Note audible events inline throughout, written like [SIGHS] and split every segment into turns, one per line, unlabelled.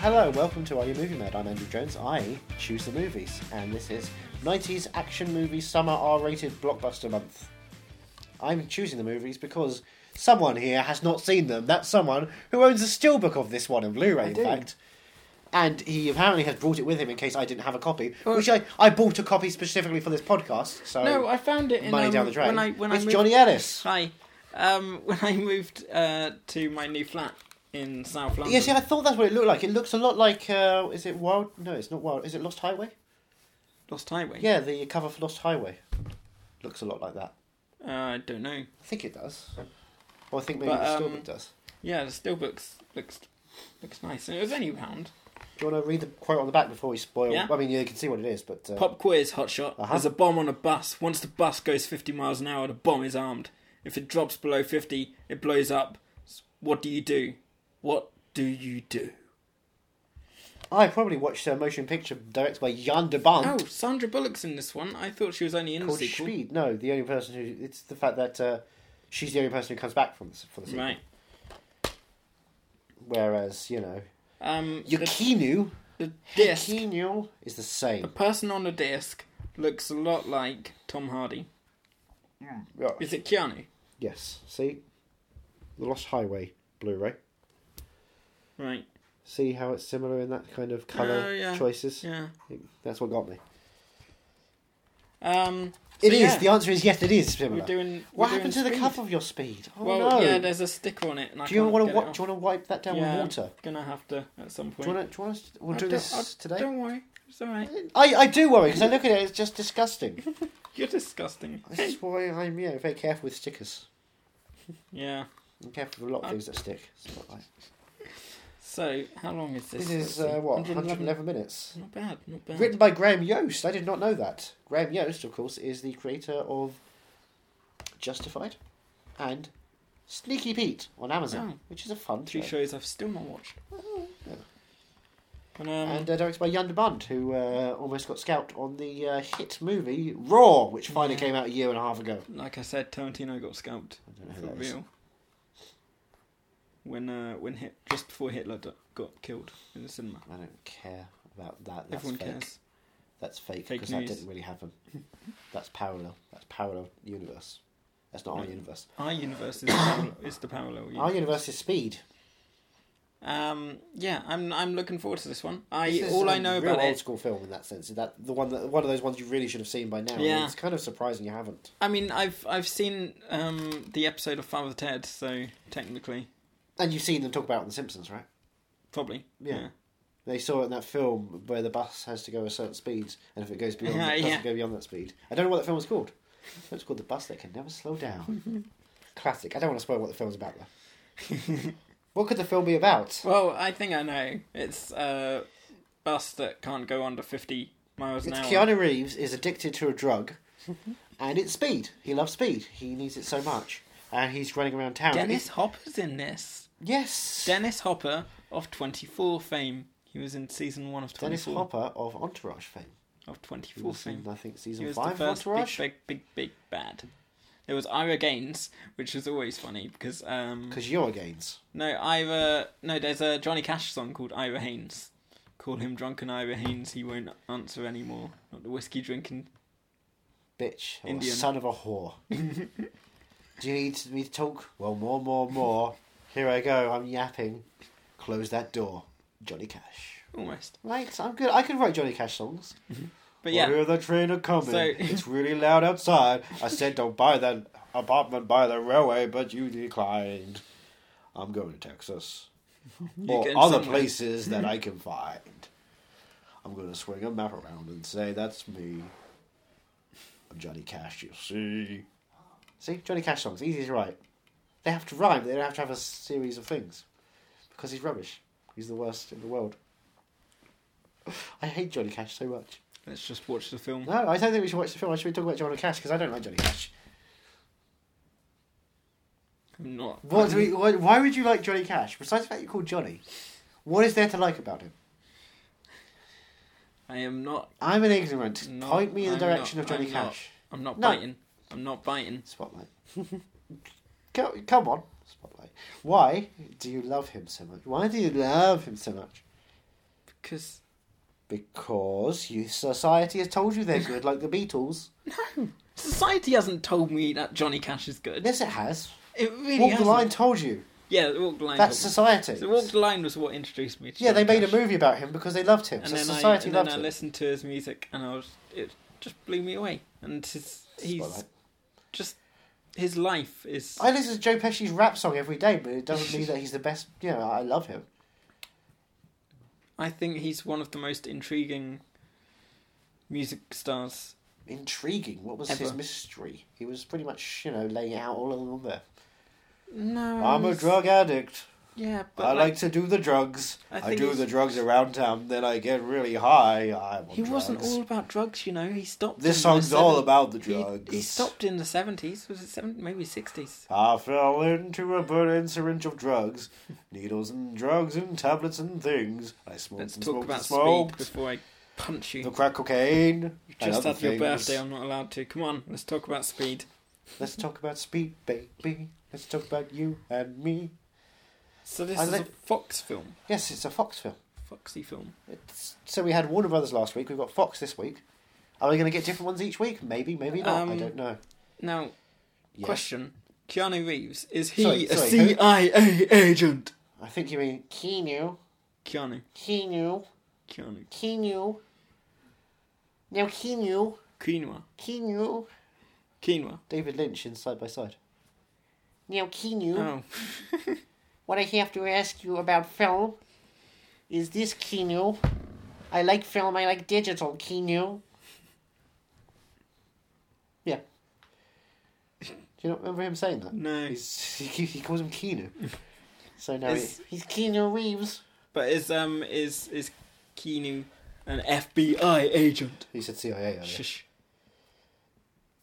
Hello, welcome to Are You Movie Mad? I'm Andrew Jones. I choose the movies, and this is 90s action movie summer R-rated blockbuster month. I'm choosing the movies because someone here has not seen them. That's someone who owns a steelbook of this one in Blu-ray,
I
in
do.
fact. And he apparently has brought it with him in case I didn't have a copy,
Well-
which I, I bought a copy specifically for this podcast. So
No, I found it in
Oh, money
um,
down the drain.
when I when I
it's
moved,
Johnny Ellis.
Hi, um, when I moved uh, to my new flat in South London.
Yeah, see, I thought that's what it looked like. It looks a lot like uh, is it Wild? No, it's not Wild. Is it Lost Highway?
Lost Highway.
Yeah, the cover for Lost Highway looks a lot like that.
uh, I don't know.
I think it does. Well, I think maybe
But,
the
um,
Steelbook does.
Yeah, the steelbooks looks looks nice, and it was only pound.
Do you want to read the quote on the back before we spoil?
Yeah.
I mean, you can see what it is, but uh,
Pop quiz, hotshot.
Uh-huh.
There's a bomb on a bus. Once the bus goes 50 miles an hour, the bomb is armed. If it drops below 50, it blows up. S- What do you do? What do you do?
I probably watched a motion picture directed by Jan de Bont
Oh, Sandra Bullock's in this one. I thought she was only in the
Um, called
sequel.
Speed. No, the only person who it's the fact that uh, she's the only person who comes back from this for the sequel.
Right.
Whereas you know,
Um, the,
Yukinu
the disc.
Yukinu is the
The
same.
person on the disc looks a lot like Tom Hardy.
Yeah.
Is it Keanu?
Yes. See, the Lost Highway Blu-ray.
Right.
See how it's similar in that kind of color
Oh, yeah.
choices.
Yeah.
That's what got me.
Um.
It is.
yeah,
The answer is yes. It is
we're
similar.
doing.
what
we're doing
happened to the
Speed.
cover of your speed? Oh
well,
no!
yeah, there's a sticker on it. And I
do you
can't
want to
get
wipe?
it
Do you want to wipe that down
off. yeah,
with water?
I'm gonna have to at some point.
Do you want to? Do you want to? We'll
I
do
don't-
this
I-
today.
Don't worry, it's alright.
I, I do worry because I look at it. It's just disgusting.
[LAUGHS] You're disgusting.
this is why I'm you know, very careful with stickers.
yeah.
I'm careful with a lot of
Uh,
things that stick. It's not like-
So how long is this?
This is
Let's
uh,
see.
what 111 minutes.
Not bad. Not bad.
Written by Graham Yost. I did not know that. Graham Yost, of course, is the creator of Justified and Sneaky Pete on Amazon,
Oh.
which is a fun
Three
show.
shows I've still not watched.
Yeah.
And, um,
And uh, directed by Jan de Bond, who uh, almost got scalped on the uh, hit movie Raw, which finally
Yeah.
came out a year and a half ago.
like I said, Tarantino got scalped.
I don't know
for
who that is.
real. When uh, when hit just before Hitler d- got killed in the cinema,
I don't care about that. That's
everyone
fake.
cares.
That's fake
Fake
because that
news.
didn't really
[LAUGHS]
happen. That's parallel. That's parallel universe. That's not our
No.
universe.
Our universe is the parallel. Is the parallel
Our
universe.
universe is speed.
Um, yeah, I'm I'm looking forward to this one. I
This is
all I
a
know
real
about
old
it.
school film in that sense. Is that the one that one of those ones you really should have seen by now? and
Yeah.
it's kind of surprising you haven't.
I mean, I've I've seen um the episode of Father Ted, so technically,
And you've seen them talk about it in The Simpsons, right?
probably.
Yeah. They saw it in that film where the bus has to go a certain speed, and if it goes
[LAUGHS]
beyond,
Yeah,
it doesn't
yeah.
go beyond that speed. I don't know what that film was called. It was called The Bus That Can Never Slow Down.
[LAUGHS]
Classic. I don't want to spoil what the film's about though. [LAUGHS] what could the film be about?
Well, I think I know. It's a bus that can't go under fifty miles an
It's
hour.
Keanu Reeves is addicted to a
[LAUGHS]
drug, and it's speed. He loves speed. He needs it so much, and he's running around town.
Dennis Hopper's in this.
Yes.
Dennis Hopper of 24 fame. He was in season one of 24.
Dennis Hopper of Entourage fame.
Of
He
24
was in,
fame.
I think
He
season
was
five
the
of
first big,
Entourage
big, big, big bad. There was Ira Gaines, which was always funny because um
because you're Gaines.
no Ira no there's a Johnny Cash song called Ira Haynes. Call him drunken Ira Haynes, he won't answer anymore. Not the whiskey drinking.
Bitch, or
Indian.
son of a whore. Do you need me to talk? Well, more, more, more. Here I go. I'm yapping. Close that door, Johnny Cash.
Almost,
Right, I'm good. I can write Johnny Cash songs.
but
I
yeah,
hear the train a coming.
So- [LAUGHS]
it's really loud outside. I said don't buy that apartment by the railway, but you declined. I'm going to Texas.
You're
or
getting
other
somewhere.
places
[LAUGHS]
that I can find. I'm going to swing a map around and say, that's me. I'm Johnny Cash, you see. See, Johnny Cash songs, easy to write. They have to rhyme, they don't have to have a series of things. Because he's rubbish. He's the worst in the world. [LAUGHS] I hate Johnny Cash so much.
let's just watch the film.
No, I don't think we should watch the film. I should be talking about Johnny Cash because I don't like Johnny Cash.
I'm not.
What do we, why, why would you like Johnny Cash? Besides the fact you call Johnny, what is there to like about him?
I am not.
I'm an ignorant.
No,
Point me in the
I'm
direction
not,
of Johnny
I'm not.
Cash.
I'm not
No.
biting. I'm not biting.
Spotlight. [LAUGHS] come, come on, Spotlight. Why do you love him so much? Why do you love him so much?
Because
Because you, society has told you they're good, like the [LAUGHS] Beatles.
society hasn't told me that Johnny Cash is good.
Yes, it has.
It really
Walk the
hasn't.
Line told you.
Yeah, the Walk the Line.
That's
told me.
society.
So Walk the Line was what introduced me to
Yeah, they
Johnny
made a
Cash.
movie about him because they loved him.
And
so
then, I,
society
and
loved
then I
him.
listened to his music and I was it just blew me away. And his he's
Spotlight.
just his life is
I listen to Joe Pesci's rap song every day, but it doesn't mean that he's the best. You know, I love him.
I think he's one of the most intriguing music stars.
Intriguing. What was his
Ever.
mystery? He was pretty much, you know, laying it out all along there.
No,
I'm a
he's-
drug addict.
Yeah, Mm. but
I like,
like,
to do the drugs.
I
I,
think
do
he's-
the drugs around town. Then I get really high. I want
he wasn't
drugs.
all about drugs, you know. He stopped.
This
in
song's
the
all
seven-
about the
he-
drugs.
He, stopped in the seventies. Was it seven? Maybe sixties.
I fell into a burning syringe of drugs, [LAUGHS] needles and drugs and tablets and things. I smoked
Let's
and
talk
smoked
about
and smoked.
speed before I punch you.
The crack cocaine.
you
and
just
other
had your
things.
birthday. I'm not allowed to. Come on, let's talk about speed.
Let's talk about speed, baby. Let's talk about you and me.
So this
I
is
like-
a Fox film,
Yes, it's a Fox film.
Foxy film.
It's, so we had Warner Brothers last week. We've got Fox this week. Are we going to get different ones each week? Maybe, maybe not. I
Um,
don't know.
Now,
Yeah.
question: Keanu Reeves is he
Sorry,
a
sorry, who?
CIA agent?
I think you mean Keanu,
Keanu,
Keanu,
Keanu,
Keanu. Now Keanu,
quinoa,
Keanu.
quinoa.
David Lynch in Side by Side. Now Keanu,
Oh, [LAUGHS]
what I have to ask you about film is this Keanu. I like film, I like digital Keanu. Yeah. Do you not remember him saying that?
no.
He's, [LAUGHS] he, he calls him Keanu. So now
Is-
he, he's Keanu Reeves.
But is um is is Keanu an FBI agent?
He said [LAUGHS] CIA. earlier.
Shush.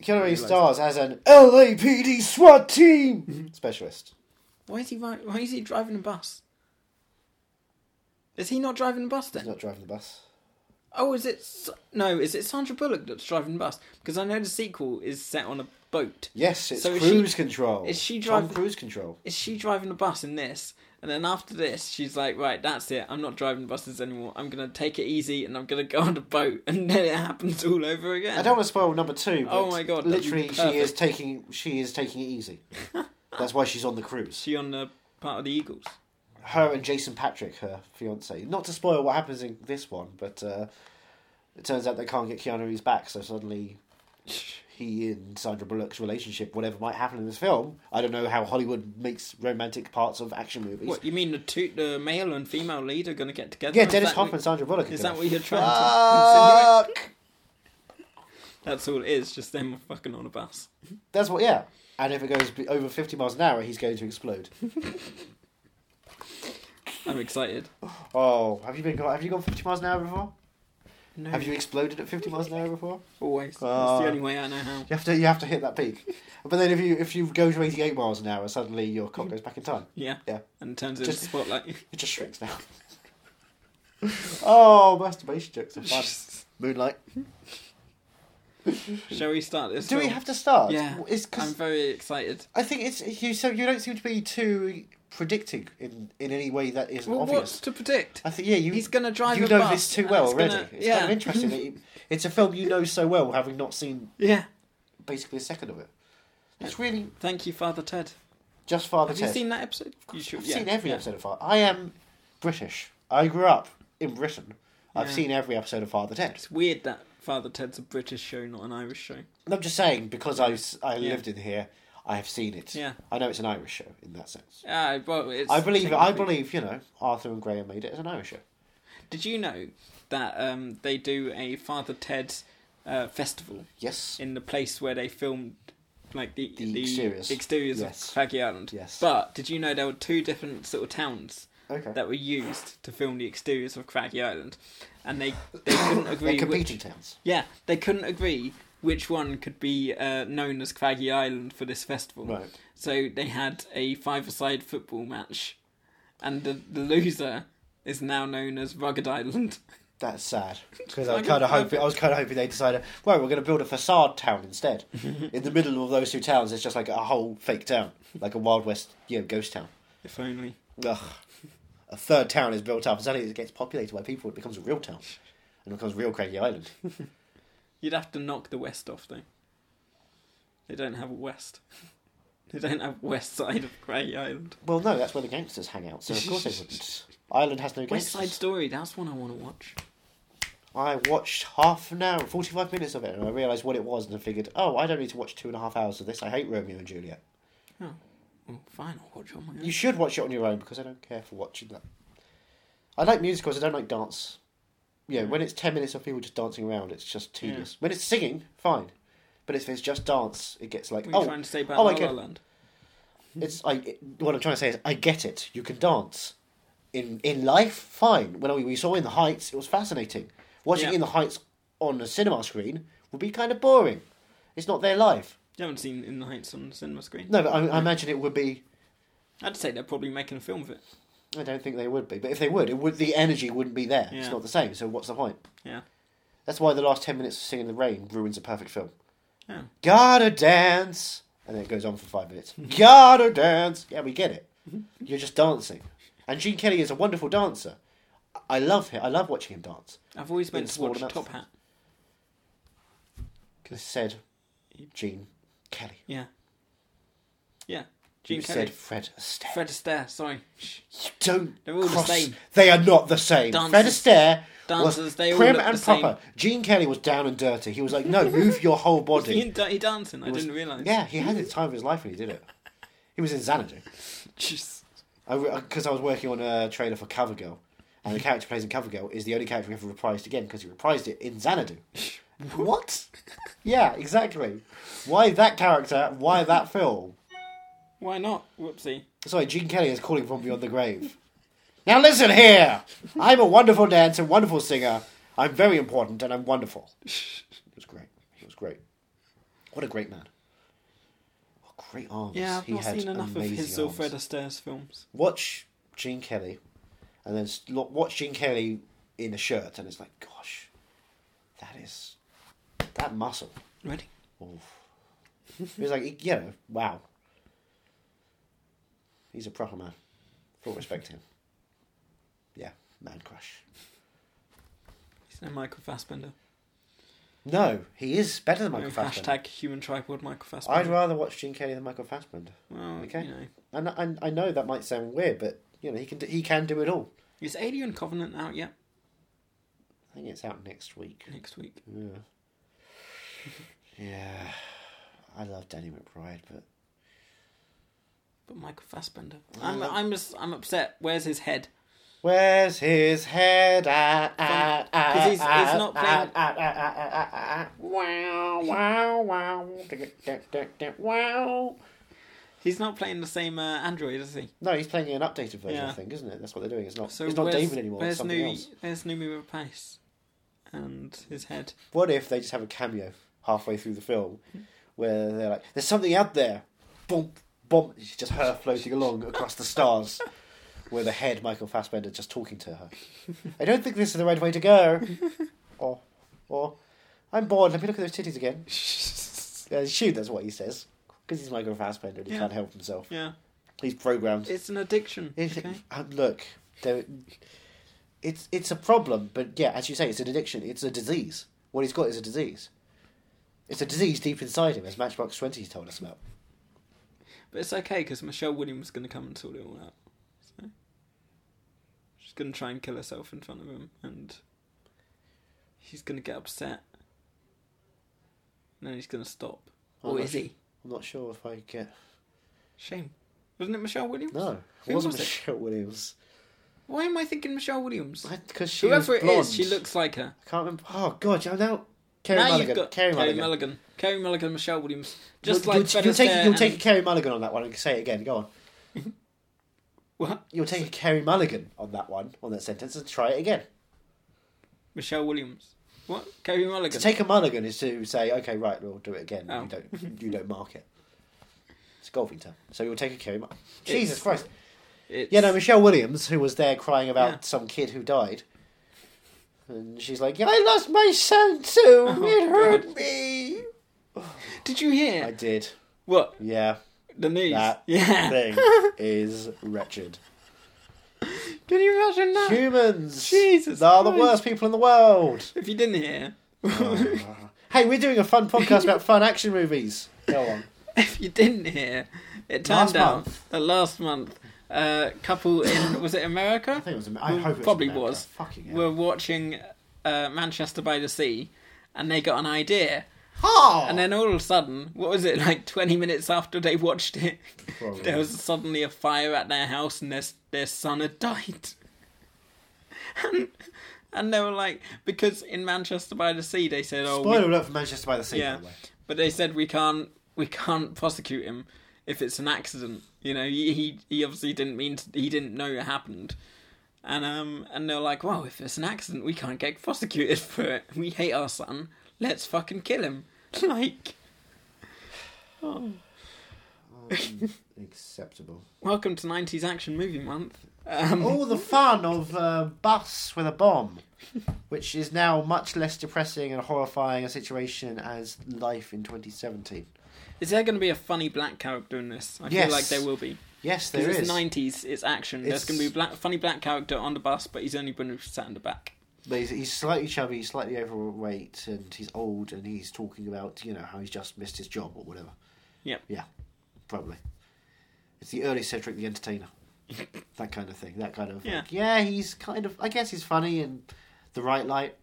Keanu Reeves
Realised.
stars as an LAPD SWAT
Mm-hmm.
team specialist.
Why is he ri- why is he driving a bus? Is he not driving a bus
He's
then?
not driving the bus.
Oh, is it S- no? Is it Sandra Bullock that's driving the bus? Because I know the sequel is set on a boat.
Yes, it's
So is
cruise
she-
control.
is she
Tom
driving-
cruise control?
Is she driving a bus in this? And then after this, she's like, right, that's it. I'm not driving buses anymore. I'm gonna take it easy and I'm gonna go on a boat. [LAUGHS] And then it happens all over again.
I don't want to spoil number two. But
Oh my God, that'd be
Literally, she
perfect.
is taking she is taking it
[LAUGHS]
easy. That's why she's on the cruise.
She on the part of the Eagles.
Her and Jason Patrick, her fiance. Not to spoil what happens in this one, but uh, it turns out they can't get Keanu Reeves back, so suddenly he and Sandra Bullock's relationship, whatever might happen in this film, I don't know how Hollywood makes romantic parts of action movies.
What you mean the two, the male and female lead are going to get together?
Yeah,
Is
Dennis
that
Hoffman,
what-
Sandra Bullock. are
is
gonna
that what you're trying
Fuck!
to insinuate? That's all it is. Just them fucking on a bus.
That's what. Yeah. And if it goes be- over fifty miles an hour, he's going to explode.
I'm excited.
Oh, have you been? Go- have you gone fifty miles an hour before?
No,
Have you exploded at fifty miles an hour before?
always?
Ah.
That's the only way I know how.
You have to. You have to hit that peak. But then if you if you go to eighty eight miles an hour, suddenly your cock goes back in time.
Yeah,
Yeah.
and turns into
Just-
spotlight.
It just shrinks now. [LAUGHS] oh, masturbation jokes are fun.
[LAUGHS]
Moonlight.
Shall we start this?
Do we
film?
have to start?
Yeah.
It's
I'm
because
very excited.
I think it's you. So you don't seem to be too predicting in in any way that isn't
Well, what's
obvious.
to predict?
I think yeah, you
He's going to drive
you
a
know
bus.
this too
and
well
it's
already.
gonna-
It's
yeah,
kind of interesting. that you, it's a film you know so well, having not seen
[LAUGHS] yeah.
basically a second of it. It's really
Thank you, Father Ted.
just Father
Have
Ted.
you seen that episode? You should.
I've
yeah,
seen every
yeah.
episode of Father. I am British. I grew up in Britain. I've
Yeah.
seen every episode of Father Ted.
It's weird that Father Ted's a British show, not an Irish show.
And I'm just saying because I s- I
Yeah.
lived in here, I have seen it.
Yeah.
I know it's an Irish show in that sense.
Ah, well, it's
I believe it. I
technically-
believe you know Arthur and Graham made it as an Irish show.
Did you know that um, they do a Father Ted uh, festival
Yes.
in the place where they filmed like the
The exteriors.
exteriors
Yes.
of Craggy Island?
Yes.
But did you know there were two different sort of towns
Okay.
that were used to film the exteriors of Craggy Island,
[COUGHS]
and they they couldn't
They're
agree. which,
competing towns.
yeah, they couldn't agree which one could be uh, known as Craggy Island for this festival.
Right.
So they had a five-a-side football match, and the, the loser is now known as Rugged Island. [LAUGHS]
That's sad because I
Like a
kind of hope
perfect-
I was kind of hoping they decided, well, we're going to build a facade town
[LAUGHS]
instead. In the middle of those two towns, it's just like a whole fake town, like a Wild West, you know, ghost town.
If only.
Ugh, a third town is built up, and suddenly it gets populated by people, it becomes a real town. And it becomes real Crazy Island.
You'd have to knock the west off though. They don't have a west. [LAUGHS] They don't have west side of Grey Island.
well, no, that's where the gangsters hang out, so of
[LAUGHS]
course they wouldn't. Ireland has no
West
gangsters.
Side Story. That's one I want to watch.
I watched half an hour, 45 minutes of it, and I realised what it was, and I figured, oh, I don't need to watch two and a half hours of this. I hate Romeo and Juliet.
Well, fine, I'll watch it on my own.
You should watch it on your own because I don't care for watching that. I like musicals, I don't like dance. Yeah, when it's 10 minutes of people just dancing around, it's just tedious. When it's singing, fine. But if it's just dance, it gets like,
What are you
oh,
trying to say about
oh,
La
I
La
get-
Land?
it's I. it- what I'm trying to say is, I get it. You can dance. In in life, fine. When we- we saw In the Heights, it was fascinating. Watching
Yeah.
In the Heights on a cinema screen would be kind of boring. It's not their life.
You haven't seen In the Heights on the cinema screen.
No, but I, I imagine it would be.
I'd say they're probably making a film of it.
I don't think they would be. But if they would, it would. The energy wouldn't be there. It's
Yeah.
not the same. So what's the point?
Yeah.
That's why the last ten minutes of Singing in the Rain ruins a perfect film.
Yeah.
Gotta dance, and then it goes on for five minutes. [LAUGHS] Gotta dance. Yeah, we get it.
Mm-hmm.
You're just dancing, and Gene Kelly is a wonderful dancer. I love him. I love watching him dance.
I've always meant
In
to
small
watch
amounts.
Top Hat.
You said Gene Kelly.
Yeah. Yeah.
You
Gene Kelly.
said Fred Astaire.
Fred Astaire, sorry.
You don't.
They're all the
cross-
same.
They are not the same. Fred
Dancers-
Astaire was
dancers, they all
prim
look
and
the
proper. Gene Kelly was down and dirty. He was like, no, move your whole
[LAUGHS] He
body.
in Dirty Dancing, I
was-
didn't realise.
Yeah, he
[LAUGHS]
had the time of his life when he did it. He was in Xanadu.
Jeez.
because I, was working on a trailer for Cover Girl, and the character plays in Cover Girl is the only character we ever reprised again because he reprised it in
[LAUGHS]
Xanadu. what? Yeah, exactly. Why that character? Why that film?
[LAUGHS] Why not? Whoopsie.
Sorry, Gene Kelly is calling from beyond the grave. Now listen here. I'm a wonderful dancer, wonderful singer. I'm very important, and I'm wonderful. It was great. It was great. What a great man. What great arms.
Yeah, I've
he
not
had
seen enough of
amazing
his or
arms.
Fred Astaire's films.
watch Gene Kelly, and then s- lo- watch Gene Kelly in a shirt, and it's like, gosh, that is that muscle.
Ready?
It's like, you know, wow. He's a proper man. Full respect to him. Yeah, man crush.
He's no Michael Fassbender.
No, he is better than Michael
No,
Fassbender.
Hashtag human tripod Michael
I'd
Fassbender.
rather watch Gene Kelly than Michael Fassbender.
well,
Okay.
you know.
And I, and I know that might sound weird, but you know he can do, he can do it all.
Is Alien Covenant out yet?
I think it's out next
[LAUGHS]
week.
Next week.
Yeah. Yeah. I love Danny McBride, but
But Michael Fassbender. I'm, I'm just, I'm upset. Where's his head?
where's his head at? Ah, at, at,
'Cause he's- he's
at,
not
at,
playing-
at, at, at, at, at, at, at. ah, Wow, wow, wow. Dick, dick, dick, dick, Wow.
He's not playing the same uh, android, is he?
No, he's playing an updated version, I
Yeah.
think, isn't it? That's what they're doing. It's not.
So
it's not
where's,
David anymore. It's
Where's
something
Numi?
else.
Where's Numi Rapace? And his head. [LAUGHS]
What if they just have a cameo halfway through the film, where they're like, "There's something out there," boom, boom. It's just her floating along across the stars, with a head Michael Fassbender just talking to her. I don't think this is the right way to go. [LAUGHS] Or, or, I'm bored. Let me look at those titties again. Uh, shoot, that's what he says, because he's Michael Fassbender and he
Yeah.
can't help himself.
Yeah,
He's programmed.
it's an addiction.
It's-
Okay.
uh, look, there, it's it's a problem, but yeah, as you say, it's an addiction. It's a disease. What he's got is a disease. It's a disease deep inside him, as Matchbox Twenty told us about.
But it's okay because Michelle Williams is going to come and sort it all out. So she's going to try and kill herself in front of him, and he's going to get upset. And then he's going to stop.
I'm
or
not
is
su-
he?
I'm not sure if I get.
Shame. Wasn't it Michelle Williams?
No, it
Who
wasn't
was it?
Michelle Williams.
Why am I thinking Michelle Williams?
Because she
Whoever
was
it is,
blonde.
she looks like her.
I can't remember. Oh God, I'm now. Kerry
now
Mulligan.
you've got
Kerry Mulligan.
Mulligan. Kerry Mulligan, Michelle Williams. Just
you'll,
like
you'll,
Fred
you'll take
Astaire
you'll
and-
take a Kerry Mulligan on that one. and Say it again. Go on.
What?
You'll take a Kerry Mulligan on that one on that sentence and try it again.
Michelle Williams. What? Kerry
To
Mulligan.
take a mulligan is to say, okay, right, we'll do it again.
Oh.
You don't, you don't mark it. It's a golfing term. So you'll take a carry. Mulligan. Jesus
It's-
Christ!
It's-
Yeah, no, Michelle Williams, who was there crying about
Yeah.
some kid who died, and she's like, "Yeah, I lost my son too. it hurt
Oh, God.
me."
Did you hear?
I did.
What?
Yeah,
[LAUGHS] The news?
that
yeah.
thing is wretched.
Can you imagine that?
Humans!
Jesus
They are the
Christ.
worst people in the
[LAUGHS]
world!
If you didn't hear,
hey, we're doing a fun podcast about fun action movies. Go on.
[LAUGHS] if you didn't hear, it
Last
turned out
month.
that last month a couple
[LAUGHS]
in was it America?
I think it was. Am- I
Well,
hope it was
probably
America.
was.
Fucking hell.
were watching uh, Manchester by the Sea, and they got an idea.
oh!
And then all of a sudden, what was it [LAUGHS] like? Twenty minutes after they watched it, [LAUGHS] there was suddenly a fire at their house, and their their son had died. [LAUGHS] And and they were like, because in Manchester by the Sea, they said, oh, we-
Spoiler alert for Manchester by the Sea.
yeah,
By the way.
but they said we can't we can't prosecute him if it's an accident. You know, he he, he obviously didn't mean to, he didn't know it happened, and um and they're like, well, if it's an accident, we can't get prosecuted [LAUGHS] for it. We hate our son. Let's fucking kill him. [LAUGHS] Like, oh. [LAUGHS]
Acceptable.
welcome to '90s action movie month. Um,
All the fun of uh, Bus with a Bomb, which is now much less depressing and horrifying a situation as life in 2017.
Is there going to be a funny black character in this? I
Yes.
feel like there will be.
Yes, there
Because
is.
it's '90s, it's action. There's
It's-
going to be a black, funny black character on the bus, but he's only been sat in the back. [LAUGHS]
But he's, he's slightly chubby, he's slightly overweight, and he's old, and he's talking about, you know, how he's just missed his job or whatever.
Yep.
Yeah, probably. It's the early Cedric the Entertainer. that kind of thing. That kind of. Yeah.
Yeah.
Like, yeah, he's kind of. I guess he's funny and the right light,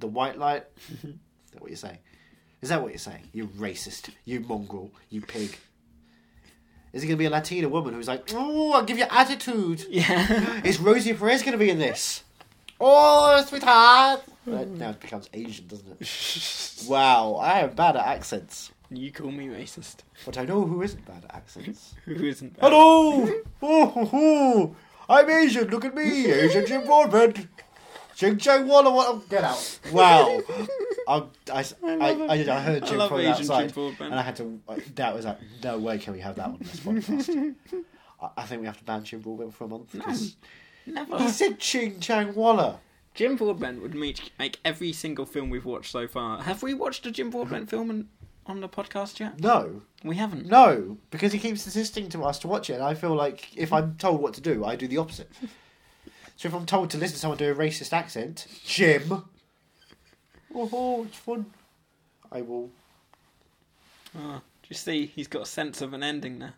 the white light. is that what you're saying? Is that what you're saying? You racist. You mongrel. You pig. Is it going to be a Latina woman who's like, oh, I'll give you attitude? [LAUGHS]
Yeah.
Is Rosie Perez going to be in this? Oh, sweetheart! Right, now it becomes Asian, doesn't it? Wow, I am bad at accents.
you call me racist. [LAUGHS]
But I know who isn't bad at accents.
Who isn't? Bad?
Hello! Oh, ho, ho. I'm Asian, look at me! Asian Jim Broadbent! Ching Chang Walla Walla! Get out!
[LAUGHS]
Wow! I'm- I, s- I,
love
I,
it.
I heard
I
Jim
love
from
Asian Jim
outside,
Broadbent.
and I had to. I- That was like, no way can we have that on this
[LAUGHS]
podcast. I, I think we have to ban Jim Broadbent for a month. 'cause
Never.
He said Ching Chang Walla.
Jim Broadbent would make, make every single film we've watched so far. Have we watched a Jim Broadbent film in, on the podcast yet?
No,
We haven't.
no, because he keeps insisting to us to watch it, and I feel like if I'm told what to do, I do the
[LAUGHS]
opposite. So if I'm told to listen to someone do a racist accent, Jim, oh, oh it's fun. I will.
Oh, do you see? He's got a sense of an ending there.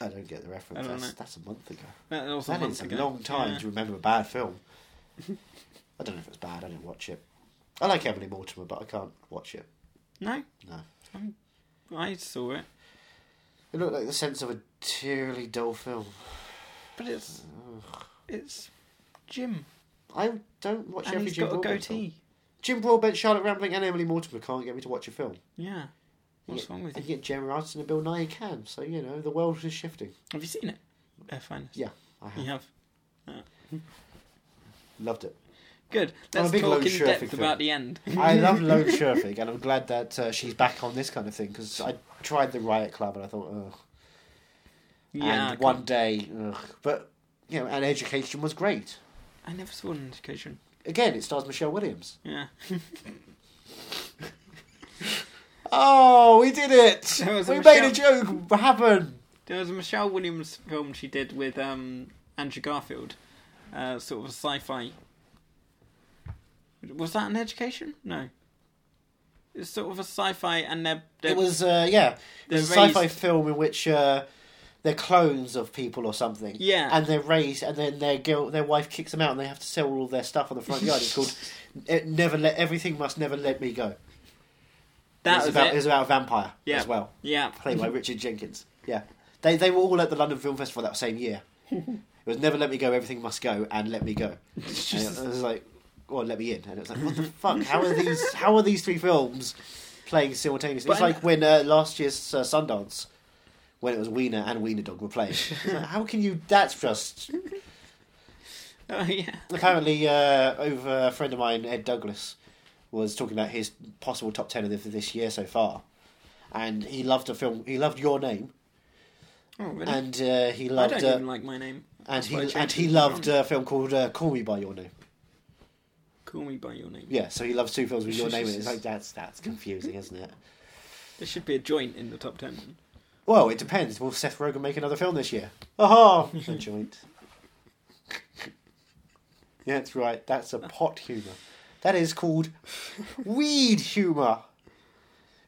I don't get the reference.
I don't
That's,
know.
that's a month ago.
That was a
That
month
is a
ago.
long time
Yeah.
to remember a bad film.
[LAUGHS]
I don't know if it's bad. I didn't watch it. I like Emily Mortimer, but I can't watch it.
No,
No.
I saw it,
It looked like the sense of a terribly dull film.
but it's it's Jim,
I don't watch
and
every
he's
Jim
got a
Broadbent film.
goatee.
Jim Broadbent, Charlotte Rampling, and Emily Mortimer can't get me to watch a film.
Yeah. What's wrong with
And
you?
yet Jeremy Arson and Bill Nye can. So you know the world is shifting.
Have you seen it? Their finest.
Yeah, I have
You have.
loved
[LAUGHS]
it.
Good.
I'm a
Let's
big
talk
Lone
in
Sherfick
depth
fan.
about the end.
[LAUGHS] I love Lone Sherfick, and I'm glad that uh, she's back on this kind of thing because I tried the Riot Club and I thought, ugh.
yeah. I
and one day, ugh. but you know, and Education was great.
can't- I never saw an indication.
Again, it stars Michelle Williams.
[LAUGHS] Yeah.
Oh, we did it!
That was a
We made a
Michelle-
joke happen.
There was a Michelle Williams film she did with um, Andrew Garfield, uh, sort of a sci-fi. Was that an education? No. It's sort of a sci-fi, and they're, they're
It was uh, yeah,
they're
it's a sci-fi
raised-
film in which uh, they're clones of people or something.
Yeah.
and they're raised, and then their girl, their wife kicks them out, and they have to sell all their stuff on the front yard. It's
[LAUGHS]
called "It "Never Let Everything Must Never Let Me Go."
that
it's
was
about
it.
it's about a vampire
Yeah.
as well,
yeah.
played
[LAUGHS]
by Richard Jenkins. Yeah, they they were all at the London Film Festival that same year. It was "Never Let Me Go," "Everything Must Go," and "Let Me
[LAUGHS]
Go." And it was like, "Well, let me in," and it was like, "What the [LAUGHS] fuck? How are these? How are these three films playing simultaneously?"
But
it's
I-
like when uh, last year's uh, Sundance, when it was Wiener and Wiener Dog were playing. It's like, how can you? That's just
Oh [LAUGHS] yeah.
apparently uh, over a friend of mine, Ed Douglas, was talking about his possible top ten of the, for this year so far, and he loved a film. He loved Your Name,
Oh really?
and uh, he
I
loved.
don't
uh,
even like my name.
and
That's why I
he
changed
and
it
he
to
loved
Ron.
a film called uh, Call Me by Your Name.
Call me by your name.
Yeah, so he loves two films with Your Name, and it's like that's that's confusing, isn't
[LAUGHS]
it?
There should be a joint in the top ten. [LAUGHS]
Well, it depends. Will Seth Rogen make another film this year? Aha! The joint. Yeah, that's right. That's a pot humour. That is called weed humour.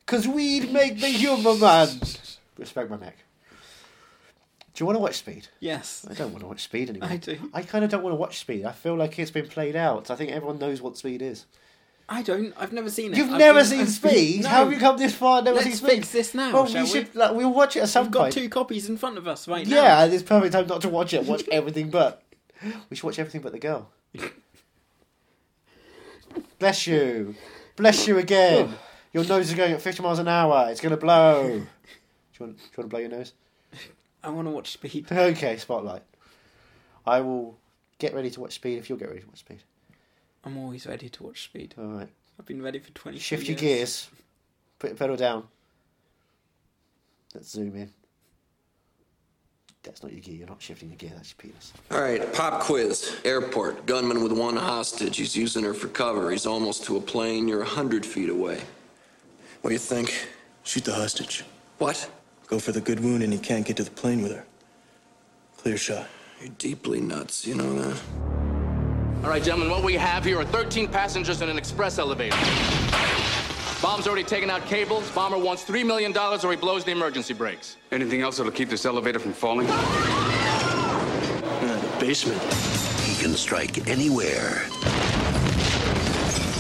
Because weed make the humour
[LAUGHS]
man. Respect my neck. Do you want to watch Speed?
Yes.
I don't want to watch Speed anymore.
I do.
I kind of don't want to watch Speed. I feel like it's been played out. I think everyone knows what Speed is.
I don't. I've never seen it.
You've
I've
never
been-
seen
I've been-
Speed?
[LAUGHS] No.
How have you come this far and never
Let's
seen Speed?
fix this now,
Well, we
shall we?
should. Like, we'll watch it at some
We've got
point.
two copies in front of us right now.
yeah, it's perfect time not to watch it.
[LAUGHS]
Watch everything but. We should watch everything but the girl. Bless you. Bless you again. Your nose is going at 50 miles an hour. It's going to
[LAUGHS]
blow. Do you, want, do you want to blow your nose? [LAUGHS]
I want to watch Speed.
Okay, spotlight. I will get ready to watch Speed if you'll get ready to watch Speed.
I'm always ready to watch Speed.
All right.
I've been ready for 20
Shift your
years.
gears. Put your pedal down. Let's zoom in. That's not your gear. You're not shifting your gear. That's your penis.
All right, pop quiz. Airport. Gunman with one hostage. He's using her for cover. He's almost to a plane. You're 100 feet away.
What do you think? Shoot the hostage.
What?
Go for the good wound and he can't get to the plane with her. Clear shot.
You're deeply nuts, you know that?
All right, gentlemen, what we have here are 13 passengers in an express elevator. Bomb's already taken out cables. Bomber wants $3 million or he blows the emergency brakes.
Anything else that'll keep this elevator from falling?
Uh, the basement.
He can strike anywhere,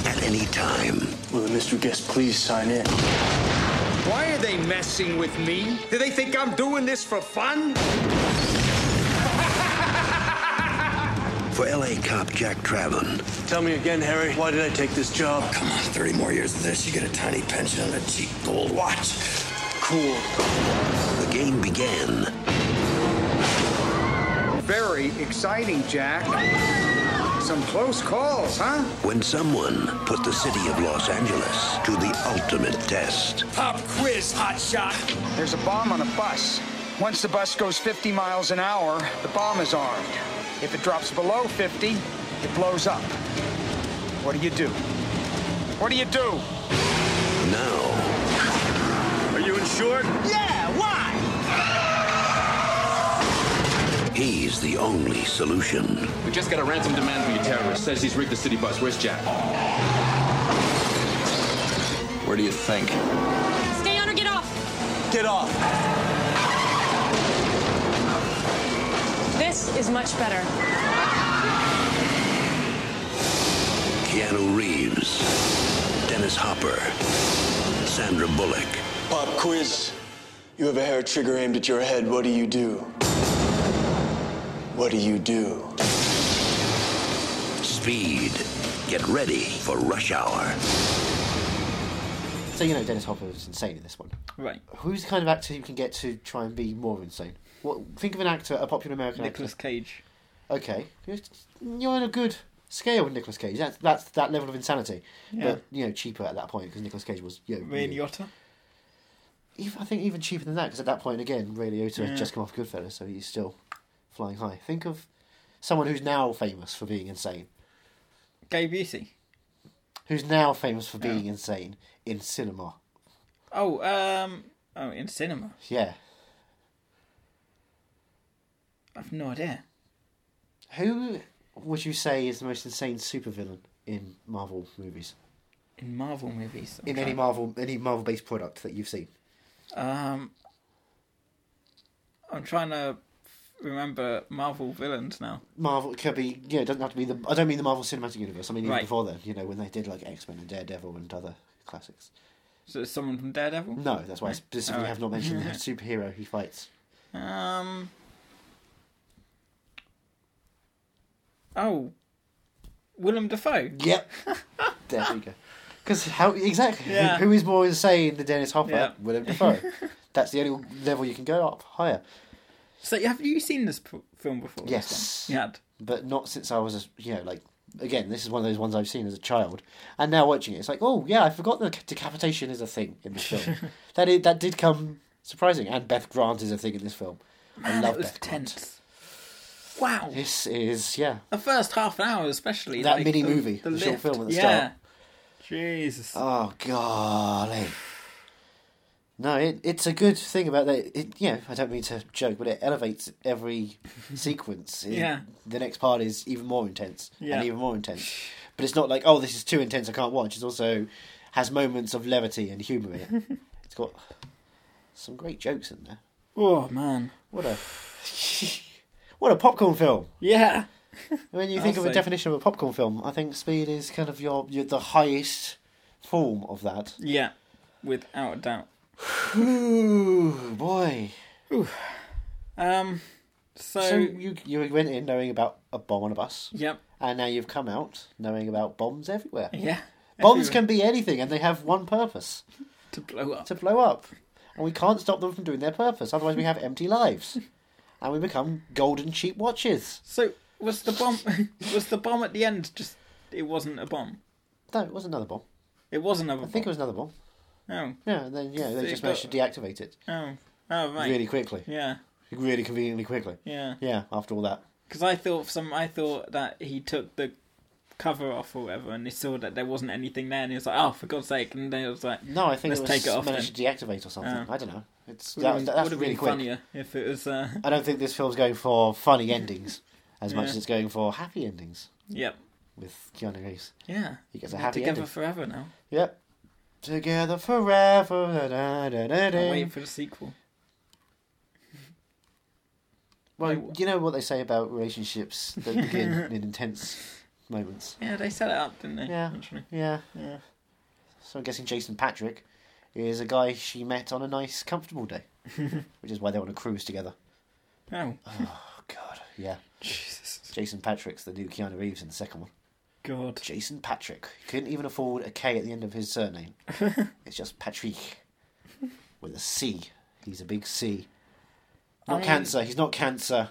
at any time.
Will the mystery guest please sign in?
Why are they messing with me? Do they think I'm doing this for fun?
For LA cop Jack Travon,
Tell me again, Harry, why did I take this job?
come on, 30 more years of this, you get a tiny pension and a cheap gold watch.
Cool.
The game began.
Very exciting, Jack. Some close calls, huh?
when someone put the city of Los Angeles to the ultimate test.
Pop quiz, hotshot. There's a bomb on a bus. Once the bus goes 50 miles an hour, the bomb is armed. If it drops below 50, it blows up. What do you do? What do you do?
Now,
Are you insured?
Yeah, why?
he's the only solution.
We just got a ransom demand from your terrorist. Says he's rigged the city bus. Where's Jack?
Where do you think?
Stay on or get off.
Get off.
This is much better.
Keanu Reeves, Dennis Hopper, Sandra Bullock,
Pop quiz. You have a hair trigger aimed at your head. What do you do? What do you do?
Speed. Get ready for rush hour.
So you know Dennis Hopper is insane in this one.
Right.
Who's the kind of actor you can get to try and be more insane? What think of an actor, a popular American
Nicolas Cage.
actor. Okay, you're, you're in a good scale with Nicolas Cage. That's that's that level of insanity.
Yeah.
But you know, cheaper at that point because Nicolas Cage was you know,
Ray
really-
Liotta.
even, I think even cheaper than that because at that point again, Ray Liotta had just come off Goodfellas, so he's still flying high. Think of someone who's now famous for being insane,
Gay Busey.
who's now famous for being insane in cinema.
Oh, um, oh, in cinema.
Yeah,
I've no idea.
who would you say is the most insane supervillain in Marvel movies?
In Marvel movies. I'm
in any
trying-
Marvel any Marvel based product that you've seen.
Um, I'm trying to remember Marvel villains now.
Marvel could be you know, it doesn't have to be the I don't mean the Marvel Cinematic Universe. I mean even
Right.
before then, you know, when they did like X Men and Daredevil and other classics.
So it's someone from Daredevil.
No, that's why I specifically
Alright.
have not mentioned the superhero he fights.
Um. Oh, Willem Dafoe. [LAUGHS]
Yep. there we go. Because how exactly who-
Yeah.
who is more insane than Dennis Hopper?
Yeah.
Willem
[LAUGHS]
Dafoe. that's the only level you can go up higher.
So have you seen this p- film before? this
Yes.
one? You had.
but not since I was, a, you know, like again, this is one of those ones I've seen as a child, and now watching it, it's like, oh yeah, I forgot that decapitation is a thing in this film.
[LAUGHS]
that i that did come surprising, and Beth Grant is a thing in this film.
[SIGHS]
I
And
love
it was
Beth Grant.
tense. Wow.
This is yeah,
The first half an hour, especially
That
like,
mini
the-
movie, the Uh, short film at the
yeah. Jesus.
oh golly. Oh, No, it, it's a good thing about that. It, you know, I don't mean to joke, but it elevates
[LAUGHS]
every sequence. It-
Yeah.
The next part is even more intense
Yeah.
and even more intense. But it's not like, oh, this is too intense, I can't watch. It also has moments of levity and humour in
[LAUGHS]
it. it's got some great jokes in there.
Oh man.
What
[LAUGHS]
a. What a popcorn film!
Yeah.
When you think
I'll
of a
say.
definition of a popcorn film, I think Speed is kind of your, your the highest form of that.
Yeah. Without a doubt.
Ooh, boy!
Um. So.
So you you went in knowing about a bomb on a bus,
yep.
and now you've come out knowing about bombs everywhere.
Yeah.
[LAUGHS]
[LAUGHS]
Bombs
Everywhere.
can be anything, and they have one purpose:
to blow up.
to blow up. And we can't stop them from doing their purpose. Otherwise, we have empty lives, and we become golden cheap watches.
So was the bomb? [LAUGHS] was the bomb at the end just? It wasn't a bomb.
No, it was another bomb.
It was another
I think it
bomb.
was another bomb.
Oh.
Yeah, and then yeah, they
It
just
got-
managed to deactivate it
Oh. Oh right.
really quickly,
Yeah.
really conveniently quickly.
Yeah.
Yeah, after all that.
Because I thought some. I thought that he took the cover off or whatever, and he saw that there wasn't anything there, and he was like, "Oh, for God's sake!" And then it was like,
No, I think
Let's
it was
take it off
managed to deactivate or something.
Oh.
I don't know. It's
Would've
that was, that's
been- "Hmm, would've
really
been
quick.
funnier if it was. Uh, [LAUGHS]
I don't think this film's going for funny endings as much
Yeah.
as it's going for happy endings
yep.
with Keanu Reeves.
Yeah.
He gets a
We're
happy
together
ending.
forever now.
Yep. Together forever. da, da, da, da,
I'm
da.
waiting for the sequel.
Well, you know what they say about relationships that
[LAUGHS]
begin in intense moments.
Yeah, they set it up, didn't they?
Yeah.
Actually.
Yeah.
Yeah.
So I'm guessing Jason Patrick is a guy she met on a nice, comfortable
[LAUGHS]
day, which is why they're on a cruise together.
Oh. [LAUGHS]
Oh God. Yeah.
Jesus.
Jason Patrick's the new Keanu Reeves in the second one.
God.
Jason Patrick. He couldn't even afford a K at the end of his
[LAUGHS]
surname. it's just Patrick with a C. He's a big C. Not
I-
cancer. He's not cancer.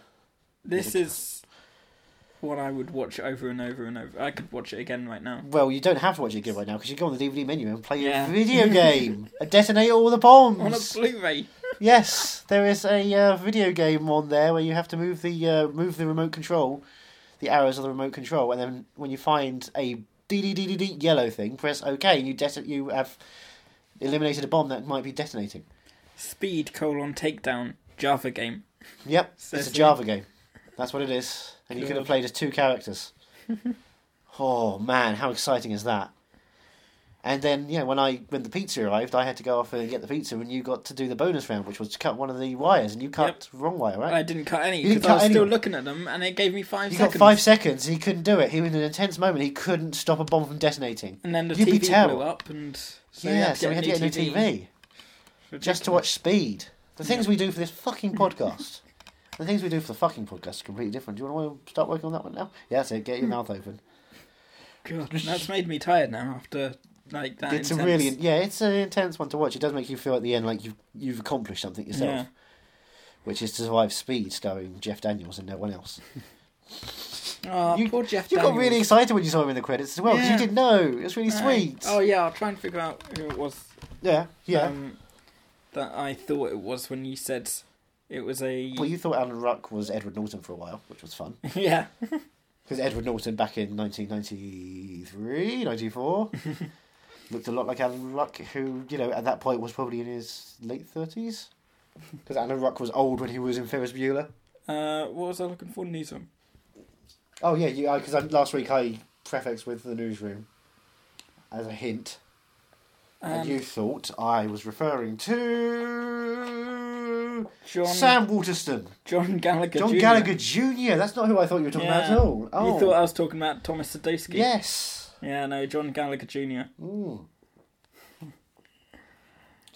This is what I would watch over and over and over. I could watch it again right now.
Well, you don't have to watch it good right now because you go on the DVD menu and play
Yeah.
a
[LAUGHS]
video game. and detonate all the bombs.
On a Blu-ray.
Yes, there is a uh, video game on there where you have to move the uh, move the remote control, the arrows of the remote control, and then when you find a dee dee dee dee dee yellow thing, press OK, and you det- you have eliminated a bomb that might be detonating.
Speed colon takedown Java game.
Yep, it's a
Cecily.
Java game. That's what it is, and you could have
Good.
played as two
[LAUGHS]
characters. oh man, how exciting is that? And then yeah, when I when the pizza arrived, I had to go off and get the pizza, and you got to do the bonus round, which was to cut one of the wires, and you cut wrong wire, right?
I didn't cut any
You didn't
because I was
cut any.
still looking at them, and it gave me five
He
seconds.
got five seconds. He couldn't do it. He was in an intense moment. He couldn't stop a bomb from detonating.
and then the
You'd be
TV
terrible.
blew up, and so
yeah, so we had to get a new TV, just to watch Speed. The things we do for this fucking
[LAUGHS]
podcast. the things we do for the fucking podcast are completely different. Do you want to start working on that one now? Yeah, that's it. Get your
Hmm.
mouth open.
God, that's made me tired now after like that.
it's
Ah, intense.
a really yeah, it's an intense one to watch. It does make you feel at the end like you've you've accomplished something yourself,
Yeah.
which is to survive Speed, starring Jeff Daniels and no one else.
Oh,
You-
poor Jeff.
You got
Daniels.
really excited when you saw him in the credits as well because
Yeah.
you didn't know. It was really
Right.
sweet.
Oh yeah, I'll try and figure out who it was.
yeah, yeah.
Um, that I thought it was when you said it was a
Well, you thought Alan Ruck was Edward Norton for a while, which was fun.
[LAUGHS] yeah.
Because Edward Norton back in 1993,
[LAUGHS]
94, looked a lot like Alan Ruck, who, you know, at that point was probably in his late 30s. Because Alan Ruck was old when he was in Ferris Bueller.
Uh, what was I looking for? Newsom.
Oh, yeah, you because last week I prefixed with the newsroom as a hint.
Um,
and you thought I was referring to.
John
Sam Waterston.
John Gallagher.
John
Jr.
Gallagher Jr. That's not who I thought you were talking about at all. Oh.
You thought I was talking about Thomas Sadowski?
Yes.
Yeah, no, John Gallagher Jr.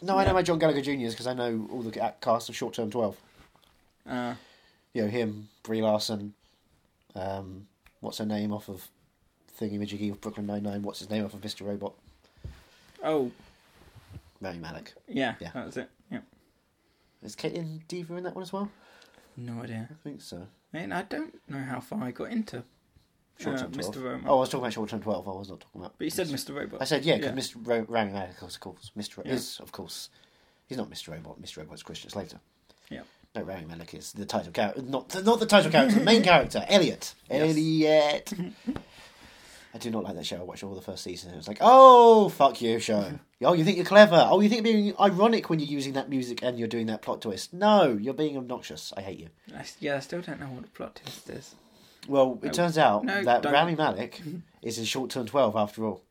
No, I know my John Gallagher Jr.'s because I know all the act- cast of Short Term 12.
Uh,
You know, him, Brie Larson, um, what's her name off of Thingy Majiggy of Brooklyn Nine-Nine, what's his name off of Mr. Robot?
oh,
Mary Malik.
yeah,
Yeah.
that was it. Yeah.
Is Caitlin Deaver in that one as well?
No idea.
I think so.
I mean, I don't know how far I got into
Short
uh,
Term 12.
Mr. Robot.
Oh, I was talking about Short Term 12, I was not talking about...
but you said Mr. Robot.
I said, yeah, because Mr. Ro- Rami Malek, of course, Mr. Ro-
Yeah.
is, of course, he's not Mr. Robot, Mr. Robot's Christian Slater.
Yeah.
No, Rami Malek is the title
[LAUGHS]
character. Not the, not the title character, the main character, Elliot. Elliot. I did not like that show. I watched all the first season. It was like, oh, fuck you,
[LAUGHS]
show. oh, you think you're clever. Oh, you think you're being ironic when you're using that music and you're doing that plot twist. No, you're being obnoxious. I hate you.
I s- yeah, I still don't know what a plot twist is.
Well, it turns out
No,
that
don't.
Rami
[LAUGHS]
Malek is in Short Term 12 after all.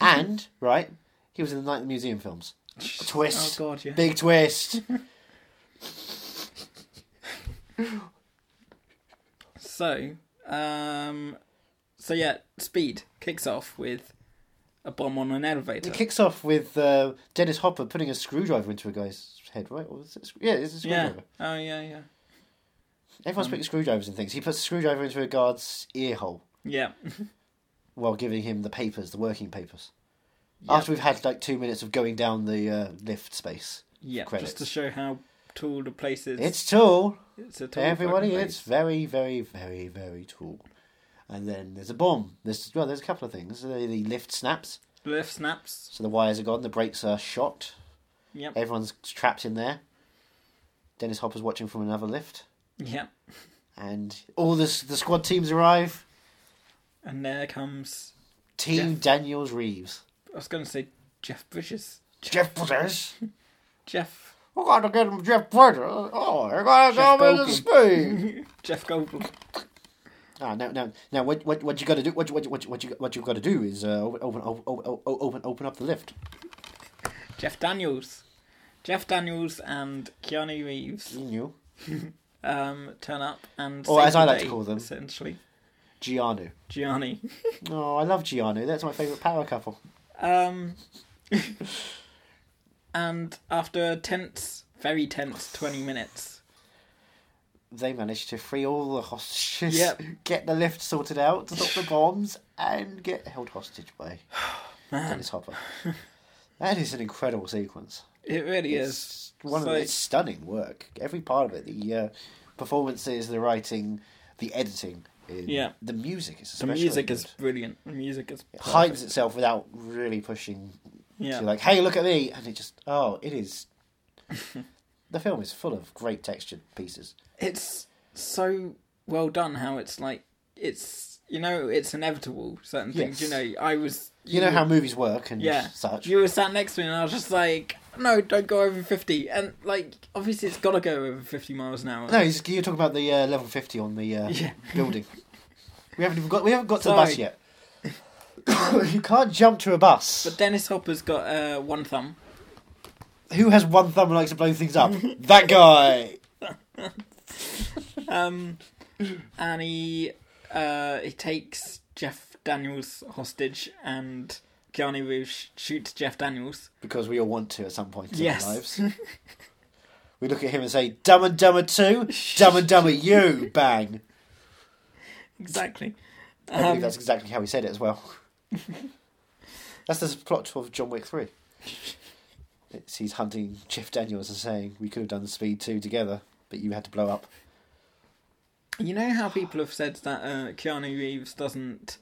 and, right, he was in the Night at the Museum
[LAUGHS]
films. A twist.
Oh, God, yeah.
Big twist.
So, um, so yeah, Speed kicks off with a bomb on an elevator.
It kicks off with uh, Dennis Hopper putting a screwdriver into a guy's head, right? Or is it, a screw- yeah, it's a
yeah. Um,
screwdriver.
Oh yeah, yeah,
Everyone's putting screwdrivers and things. He puts a screwdriver into a guard's ear hole
yeah. [LAUGHS]
while giving him the papers, the working papers. After we've had like two minutes of going down the uh, lift space.
Yeah,
Credits.
just to show how tall the place is.
It's tall.
it's a tall
Everybody,
fucking
it's
place.
very, very, very, very tall. And then there's a bomb. There's well, there's a couple of things. Uh, The, the lift snaps,
lift snaps.
so the wires are gone. The brakes are shot.
Yep,
Everyone's trapped in there. Dennis Hopper's watching from another lift,
yep.
and all this the squad teams arrive.
And there comes.
Team
Jeff.
Daniels Reeves.
I was going to say Jeff Bridges.
Jeff Bridges.
Jeff.
I gotta get him Jeff Bridges. Oh, I gotta
Jeff
go into speed. [LAUGHS]
Jeff Goldblum.
Ah, now, now, now, what, what, what you gotta do? What, you- what, you- what, you- what you, what you gotta do is uh, open, open, open, open, open, open up the lift.
Jeff Daniels. Jeff Daniels and Keanu Reeves
You knew.
um, turn up and.
Mm. Or
save
as I
the
like to
day,
call them.
Essentially.
Giannu.
Gianni.
Oh, I love Giannu. That's my favourite power couple.
Um, and after a tense, very tense 20 minutes,
They managed to free all the hostages,
Yep.
[LAUGHS] get the lift sorted out, stop the bombs, and get held hostage [SIGHS] by Dennis Hopper. That is an incredible sequence.
it really is.
It's one
So-
of it's stunning work. Every part of it, the uh, performances, the writing, the editing, in-
Yeah.
the music is
The
especially
music is
good.
brilliant. The music is.
It hypes itself without really pushing
Yeah.
to like, hey, look at me, and it just oh, it
[LAUGHS]
is. the film is full of great textured pieces.
it's so well done how it's like. It's. You know, it's inevitable, certain things. You
Yes.
know, I was.
You know how movies work and
Yeah.
such.
You were sat next to me and I was just like, no, don't go over 50. And, like, obviously it's got to go over 50 miles an hour.
No, he's, you're talking about the uh, level fifty on the uh,
[LAUGHS] Yeah.
building. We haven't even got we haven't got to the bus
Sorry.
yet. [COUGHS] you can't jump to a bus.
Dennis Hopper's got uh, one thumb.
Who has one thumb and likes to blow things up? that guy.
and he uh, he takes Jeff Daniels hostage, and Keanu Reeves sh- shoots Jeff Daniels.
Because we all want to at some point in
Yes.
our lives. We look at him and say, "Dumb and Dumber Two, Dumb and Dumber You." Bang.
Exactly.
I believe
Um.
that's exactly how he said it as well. that's the plot of John Wick 3. It's, he's hunting Jeff Daniels and saying, We could have done Speed 2 together, but you had to blow up.
You know how people have said that uh, Keanu Reeves doesn't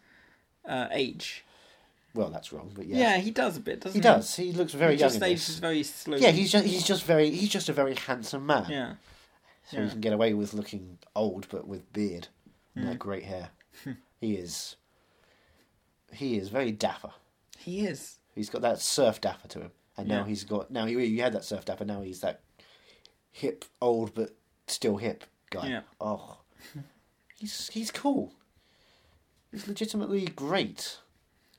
uh, age.
Well, that's wrong, but yeah.
Yeah. he does a bit, doesn't
he
he?
does. He looks very
He
young.
just
in
ages
this.
very slowly.
Yeah, he's just, he's just very he's just a very handsome man.
yeah.
So he
yeah.
can get away with looking old but with beard and that great hair. he is he is very dapper.
He is.
He's got that surf dapper to him, and now
Yeah.
he's got now he you had that surf dapper. Now he's that hip, old but still hip guy.
Yeah. [LAUGHS]
Oh, he's he's cool. He's legitimately great.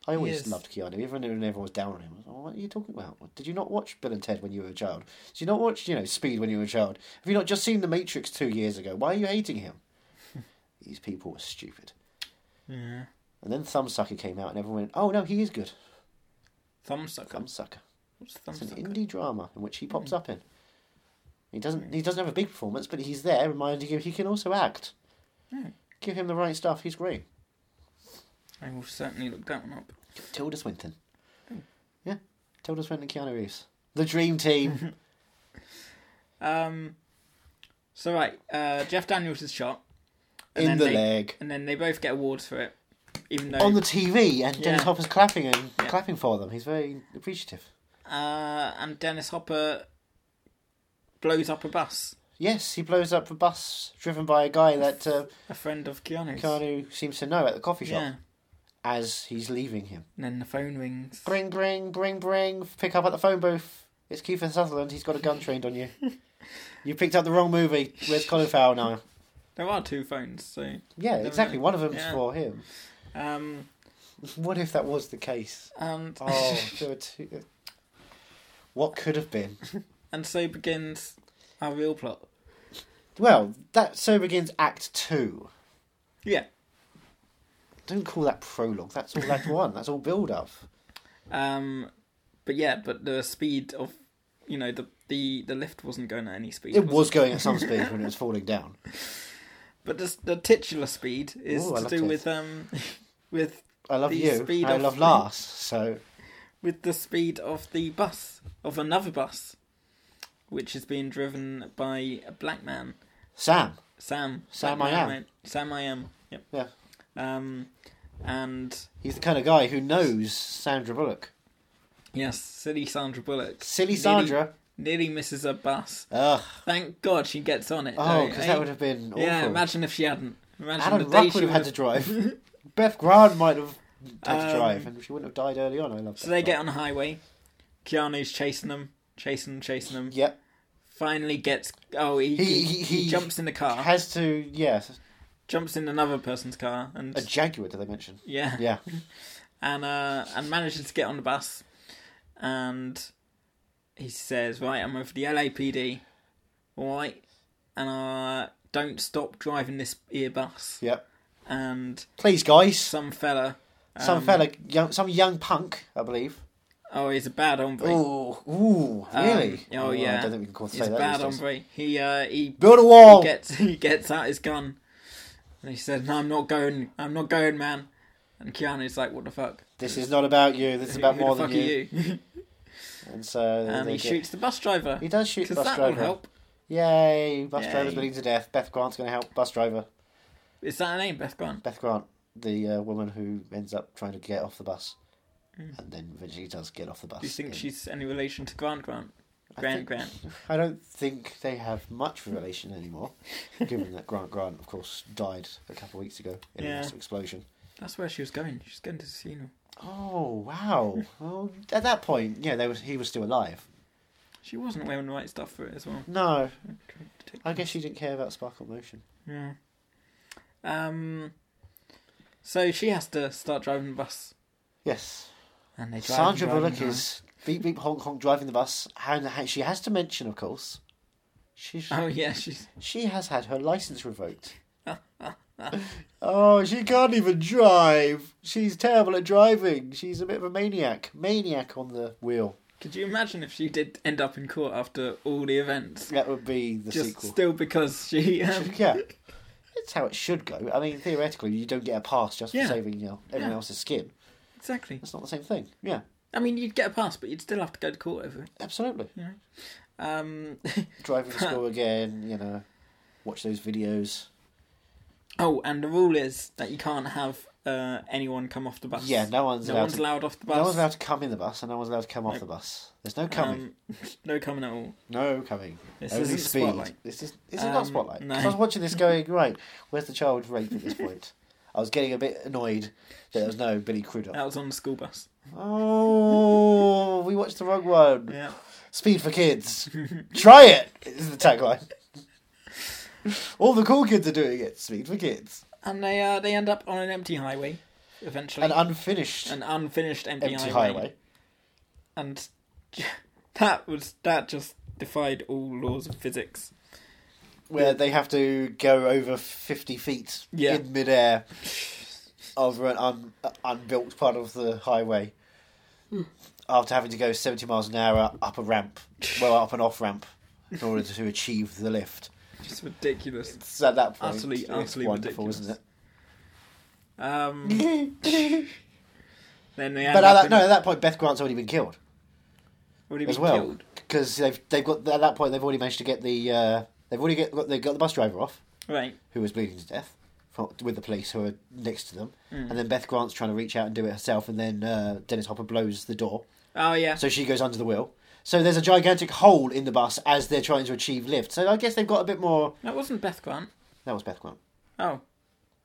I always
is.
loved Keanu. Even when everyone was down on him, I was like, what are you talking about? Did you not watch Bill and Ted when you were a child? Did you not watch you know Speed when you were a child? Have you not just seen The Matrix two years ago? Why are you hating
[LAUGHS]
him? These people were stupid.
Yeah.
And then Thumbsucker came out, and everyone went, "Oh no, he is good."
Thumbsucker.
Thumbsucker.
What's thumb
It's an
sucker?
indie drama in which he pops up in. He doesn't. He doesn't have a big performance, but he's there, reminding you he can also act. Give him the right stuff; he's great.
I will certainly look that one up.
Tilda Swinton.
Hmm.
Yeah, Tilda Swinton, and Keanu Reeves, the dream
[LAUGHS]
team.
So right, uh, Jeff Daniels is shot
In the
they,
leg.
and then they both get awards for it, even though
on the TV, and Dennis
Yeah.
Hopper's clapping and clapping for them. He's very appreciative.
uh, and Dennis Hopper blows up a bus.
Yes, he blows up a bus driven by a guy that uh,
A friend of Keanu's.
Keanu seems to know at the coffee shop.
Yeah.
as he's leaving him.
And then the phone rings.
Bring, bring, bring, bring. Pick up at the phone booth. It's Kiefer Sutherland. He's got a gun trained on you. you picked up the wrong movie. Where's Colin Farrell now?
There are two phones, so
Yeah,
Never
exactly.
mind.
One of them's
Yeah.
for him.
um
What if that was the case?
and
Oh,
[LAUGHS]
there were two. What could have been?
and so begins our real plot.
Well, that so begins Act Two.
Yeah.
Don't call that prologue. That's all Act One. That's all build up.
Um but yeah, but the speed of you know, the the, the lift wasn't going at any speed.
It
was
was going at some speed when it was falling down.
But the, the titular speed is
Ooh, I
to
love
do
this.
with um, with
I love
The
you.
speed
and I
of
love
light.
Lars. So
with the speed of the bus of another bus, which is being driven by a black man,
Sam.
Sam.
Sam
Black
I
man,
am.
mate. Sam I am. Yep.
Yeah,
Um, and
he's the kind of guy who knows Sandra Bullock.
yes, silly Sandra Bullock.
Silly
Nearly-
Sandra.
nearly misses a bus.
Ugh.
Thank God she gets on it.
Oh,
though,
because
eh?
that would have been awful.
Yeah, imagine if she hadn't. Imagine the
Adam
day
Ruck
she
would have had to
would've-
drive. [LAUGHS] Beth Grant might have had to
Um,
drive, and she wouldn't have died early on. I love.
So they get on the highway. Keanu's chasing them, chasing them, chasing them.
Yep.
Finally gets. Oh, he
He-
he,
he-
he
he
jumps in the car,
Has to. Yes.
jumps in another person's car, and
A Jaguar. Did they mention?
yeah,
Yeah.
and uh, and manages to get on the bus, and he says, "Right, I'm with the LAPD, all right, and uh, don't stop driving this ear bus."
Yep.
And
Please, guys.
some um, fella,
Some fella, young, some young punk, I believe.
oh, he's a bad hombre.
Oh, ooh,
Um,
really?
oh yeah,
I don't think we can call
he's
say
a
that.
bad
these days. Oh.
hombre. He
[LAUGHS]
uh, he
Build a wall.
He gets he gets out his gun, and he said, "No, I'm not going. I'm not going, man." And Keanu's like, "What the fuck?
This is not about you. This is about
Who
more
the fuck
than you. [LAUGHS]
are you?"
And so
and
they
he
get-
shoots the bus driver.
He does shoot the bus
because that
driver.
will help.
Yay! Bus
Yay.
driver's bleeding to death. Beth Grant's going to help bus driver.
Is that her name, Beth Grant?
Beth Grant, the uh, woman who ends up trying to get off the bus, and then eventually does get off the bus.
Mm. Do you think
in-
she's any relation to Grant Grant? Grant
think-
Grant.
I don't think they have much relation anymore, given that Grant Grant, of course, died a couple of weeks ago in a
Yeah.
massive explosion.
That's where she was going. She's going to the funeral.
Oh wow! well, at that point, yeah, there was he was still alive.
She wasn't wearing the right stuff for it as well.
No, I guess she didn't care about sparkle motion.
Yeah. Um. So she has to start driving the bus,
Yes,
and they drive. and
Sandra
drive and
Bullock
drive.
is beep beep honk honk driving the bus, and ha- she has to mention, of course, she
Oh yeah, she's.
she has had her license revoked. [LAUGHS] oh, she can't even drive. She's terrible at driving. She's a bit of a maniac, maniac on the wheel.
Could you imagine if she did end up in court after all the events?
That would be the
Just
sequel.
still because she. [LAUGHS] Um,
yeah. That's how it should go. I mean, theoretically, you don't get a pass just for
Yeah.
saving you know, everyone
Yeah.
else's skin.
exactly.
That's not the same thing. Yeah,
I mean, you'd get a pass, but you'd still have to go to court over it.
absolutely.
Um. [LAUGHS]
Driving to school again, you know, watch those videos.
oh, and the rule is that you can't have uh, anyone come off the bus.
Yeah, no one's
no
allowed
one's
to-
allowed off the bus.
No one's allowed to come in the bus, and no one's allowed to come off the bus. There's no coming.
Um, [LAUGHS] no coming at all.
no coming.
This
Only
isn't
speed.
Spotlight.
This is. Is it not
Um,
spotlight? 'Cause
no.
I was watching this, going right. Where's the child rape at this point? I was getting a bit annoyed that there was no Billy Crudup.
That was on the school bus.
Oh, we watched the wrong one.
Yeah.
Speed for
[LAUGHS]
kids. Try it. Is the tagline. All the cool kids are doing it. Speed for kids.
And they uh, they end up on an empty highway, eventually.
An unfinished
an unfinished empty,
empty
highway.
highway.
and [LAUGHS] that was that just defied all laws of physics.
where they have to go over 50 feet
Yeah.
in midair over an un, unbuilt part of the highway
Hmm.
after having to go 70 miles an hour up a ramp, well, up an off ramp in order to achieve the lift.
Just ridiculous.
So at that point,
Utterly,
it's
utterly
wonderful,
ridiculous.
isn't it? [LAUGHS]
Um, then they end
But at
up
that,
in-
no, at that point, Beth Grant's already been killed
what do you
as
mean
well
killed?
because they've they've got at that point they've already managed to get the uh, they've already get, got they got the bus driver off.
Right.
who was bleeding to death from, with the police who are next to them.
Mm.
And then Beth Grant's trying to reach out and do it herself, and then uh, Dennis Hopper blows the door.
Oh yeah.
So she goes under the wheel. So there's a gigantic hole in the bus as they're trying to achieve lift. So I guess they've got a bit more.
that wasn't Beth Grant.
That was Beth Grant.
Oh.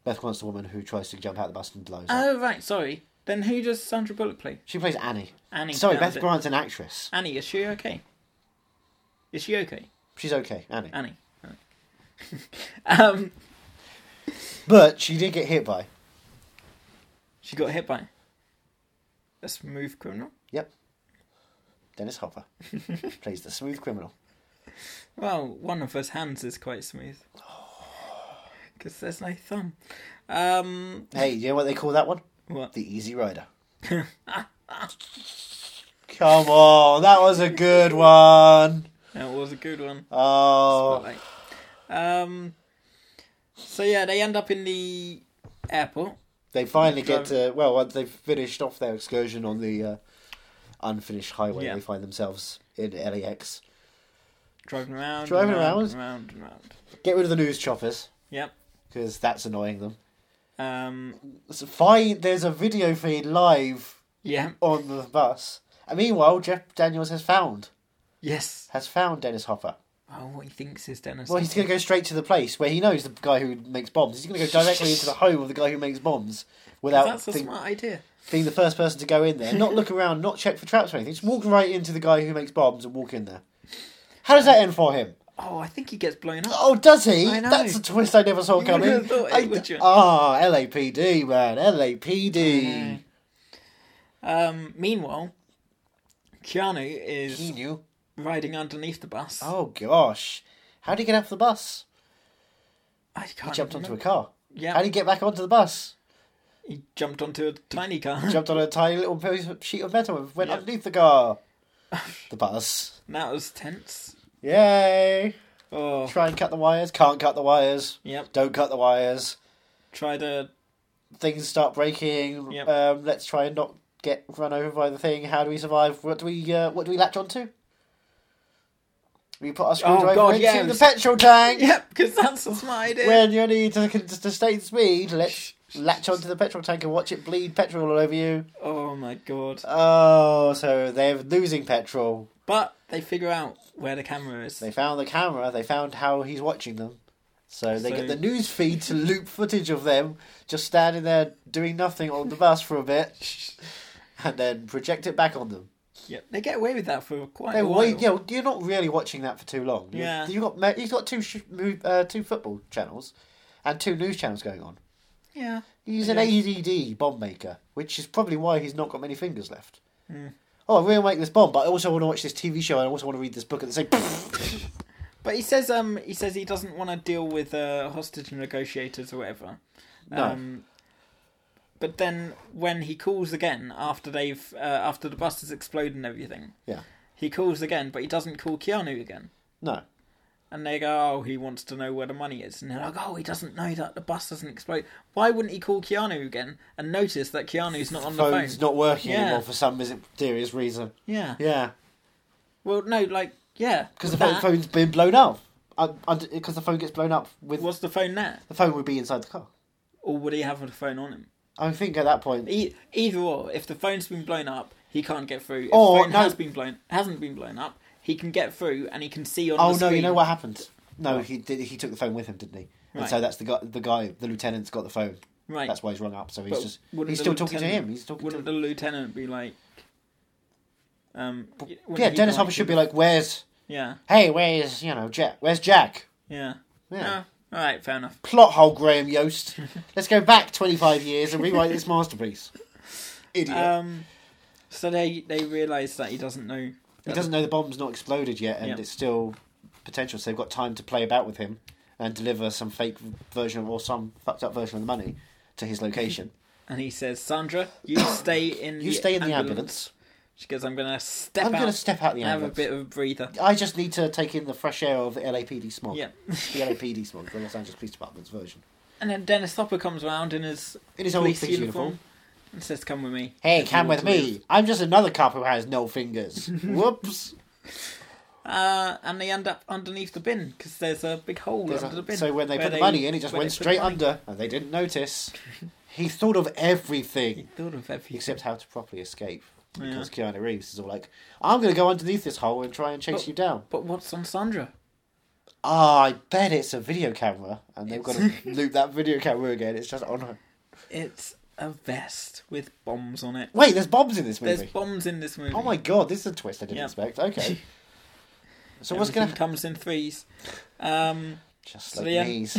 Beth Glant's the woman who tries to jump out the bus and blows up.
Oh right, sorry. Then who does Sandra Bullock play?
She plays Annie.
Annie,
Sorry,
that was
Beth
it.
Grant's an actress.
Annie, is she okay? Is she okay?
She's okay, Annie.
Annie. [LAUGHS] um,
But she did get hit by.
she got hit by a smooth criminal.
Yep. Dennis
[LAUGHS]
Hopper plays the smooth criminal.
Well, one of his hands is quite smooth.
[SIGHS]
Because there's no thumb. Um,
Hey, you know what they call that one?
what?
The Easy [LAUGHS] Rider. Come on, that was a good one.
That was a good one.
Oh,
Right. Um, so yeah, they end up in the airport.
they finally get to well, once they've finished off their excursion on the uh, unfinished highway,
Yeah.
they find themselves in LAX.
Driving around,
Driving
and
around?
and around, and around.
Get rid of the news choppers
Yep.
because that's annoying them.
Um,
So find there's a video feed live
yeah.
on the bus. And meanwhile, Jeff Daniels has found
Yes.
has found Dennis Hopper.
Oh, what he thinks is Dennis.
Well, he's going to go straight to the place where he knows the guy who makes bombs. He's going to go directly
[LAUGHS]
into the home of the guy who makes bombs without
That's a
think-
smart idea.
being the first person to go in there. Not
[LAUGHS]
look around, not check for traps or anything. Just walk right into the guy who makes bombs and walk in there. How does that end for him?
Oh, I think he gets blown up.
Oh, does he?
I know.
That's a twist I never saw
You
coming.
would've thought it,
I-
would you?
Ah, LAPD, man. LAPD.
Um, meanwhile, Keanu is
He knew.
riding underneath the bus.
Oh, gosh. How did he get off the bus?
I can't
He jumped onto a
remember.
car.
Yeah.
How did he get back onto the bus?
He jumped onto a tiny
[LAUGHS]
car.
Jumped on a tiny little piece of- sheet of metal and went underneath the car. The bus.
And that was tense.
Yay!
Oh,
Try and cut the wires. Can't cut the wires.
Yep.
Don't cut the wires.
try to
Things start breaking.
Yep.
Um, let's try and not get run over by the thing. How do we survive? What do we? Uh, what do we latch onto? We put our screwdriver
Oh, God,
into
yeah, it
the
was-
petrol tank.
Yep, because that's a smart idea.
When you need to, to stay speed, let's latch onto the petrol tank and watch it bleed petrol all over you.
Oh my god.
Oh, so they're losing petrol.
But they figure out where the camera is.
They found the camera. They found how he's watching them. So they get
So-
the news feed to loop footage of them just standing there doing nothing on the bus for a
[LAUGHS]
bit, and then project it back on them.
Yep. They get away with that for quite
They
a
were
while.
wait, yeah, you're not really watching that for too long. You-
Yeah.
you got ma- you've got two sh- mo- uh, two football channels and two news channels going on.
Yeah.
He's an ADD bomb maker, which is probably why he's not got many fingers left.
Hmm.
Oh, I really make this bomb, but I also want to watch this TV show and I also want to read this book at the same. [LAUGHS]
But he says um he says he doesn't want to deal with uh, hostage negotiators or whatever.
No.
Um, but then when he calls again after they've uh, after the bus has exploded and everything,
yeah.
he calls again, but he doesn't call Keanu again.
No.
And they go, oh, he wants to know where the money is. And they're like, oh, he doesn't know that the bus doesn't explode. Why wouldn't he call Keanu again and notice that Keanu's not on the phone?
phone's not working
Yeah.
anymore for some mysterious reason.
Yeah.
Yeah,
Well, no, like, yeah.
because the phone,
that-
phone's been blown up. Because the phone gets blown up with
Was the phone there?
the phone would be inside the car.
Or would he have a phone on him?
I think at that point,
E- either or, if the phone's been blown up, he can't get through. If
Or,
the phone
Oh, no.
has been blown, hasn't been blown up, he can get through and he can see on
oh
the
no,
screen.
you know what happened? No, he did. He took the phone with him, didn't he? And
Right.
so that's the guy. The guy, the lieutenant's got the phone.
Right.
That's why he's rung up. So he's
But
just
wouldn't
he's
the
still talking to
lieutenant-
him. He's talking.
Wouldn't
to...
the lieutenant be like. Um, wouldn't
Yeah,
he
Dennis Hopper should be like, "Where's
Yeah,
hey? Where's you know Jack? Where's Jack?
yeah.
Yeah.
Oh, alright, fair enough.
Plot hole, Graham
[LAUGHS]
Yost. Let's go back twenty five years and rewrite this masterpiece." Idiot.
Um, so they they realise that he doesn't know.
He doesn't know the bomb's not exploded yet, and
Yeah.
it's still potential. So they've got time to play about with him and deliver some fake version of, or some fucked up version of the money to his
[LAUGHS]
location.
And he says, "Sandra,
[COUGHS]
you stay in.
You
the
stay in
ambulance.
the ambulance.
She goes, "I'm gonna step
I'm
out.
gonna step out the
and have
ambulance.
a bit of a breather."
I just need to take in the fresh air of the LAPD smog.
Yeah.
[LAUGHS] the LAPD smog, the Los Angeles Police Department's version.
And then Dennis Hopper comes around in his
In his old
police
police
uniform,
uniform.
and says, "Come with me."
Hey,
If you
come
want
with
to
me.
live."
I'm just another cop who has no
[LAUGHS]
fingers. Whoops.
Uh, and they end up underneath the bin because there's a big hole
There's
under
a-
the bin.
so when they
where
put the money in, it just
where
went
they put
straight
the money.
under, and they didn't
[LAUGHS]
notice. he thought of everything.
Thought of everything.
except how to properly escape. Because Keanu
Oh.
Reeves is all like, I'm going to go underneath this hole and try and chase you down.
But what's on Sandra?
oh, I bet it's a video camera, and they've got to loop
[LAUGHS]
that video camera again. It's just on. her.
It's a vest with bombs on it.
Wait, there's bombs in this movie.
There's bombs in this movie.
Oh my god, this is a twist I didn't
Yeah.
expect. Okay.
[LAUGHS]
So what's
Everything
gonna happen?
comes in threes. Um,
Just
So
like
yeah.
these.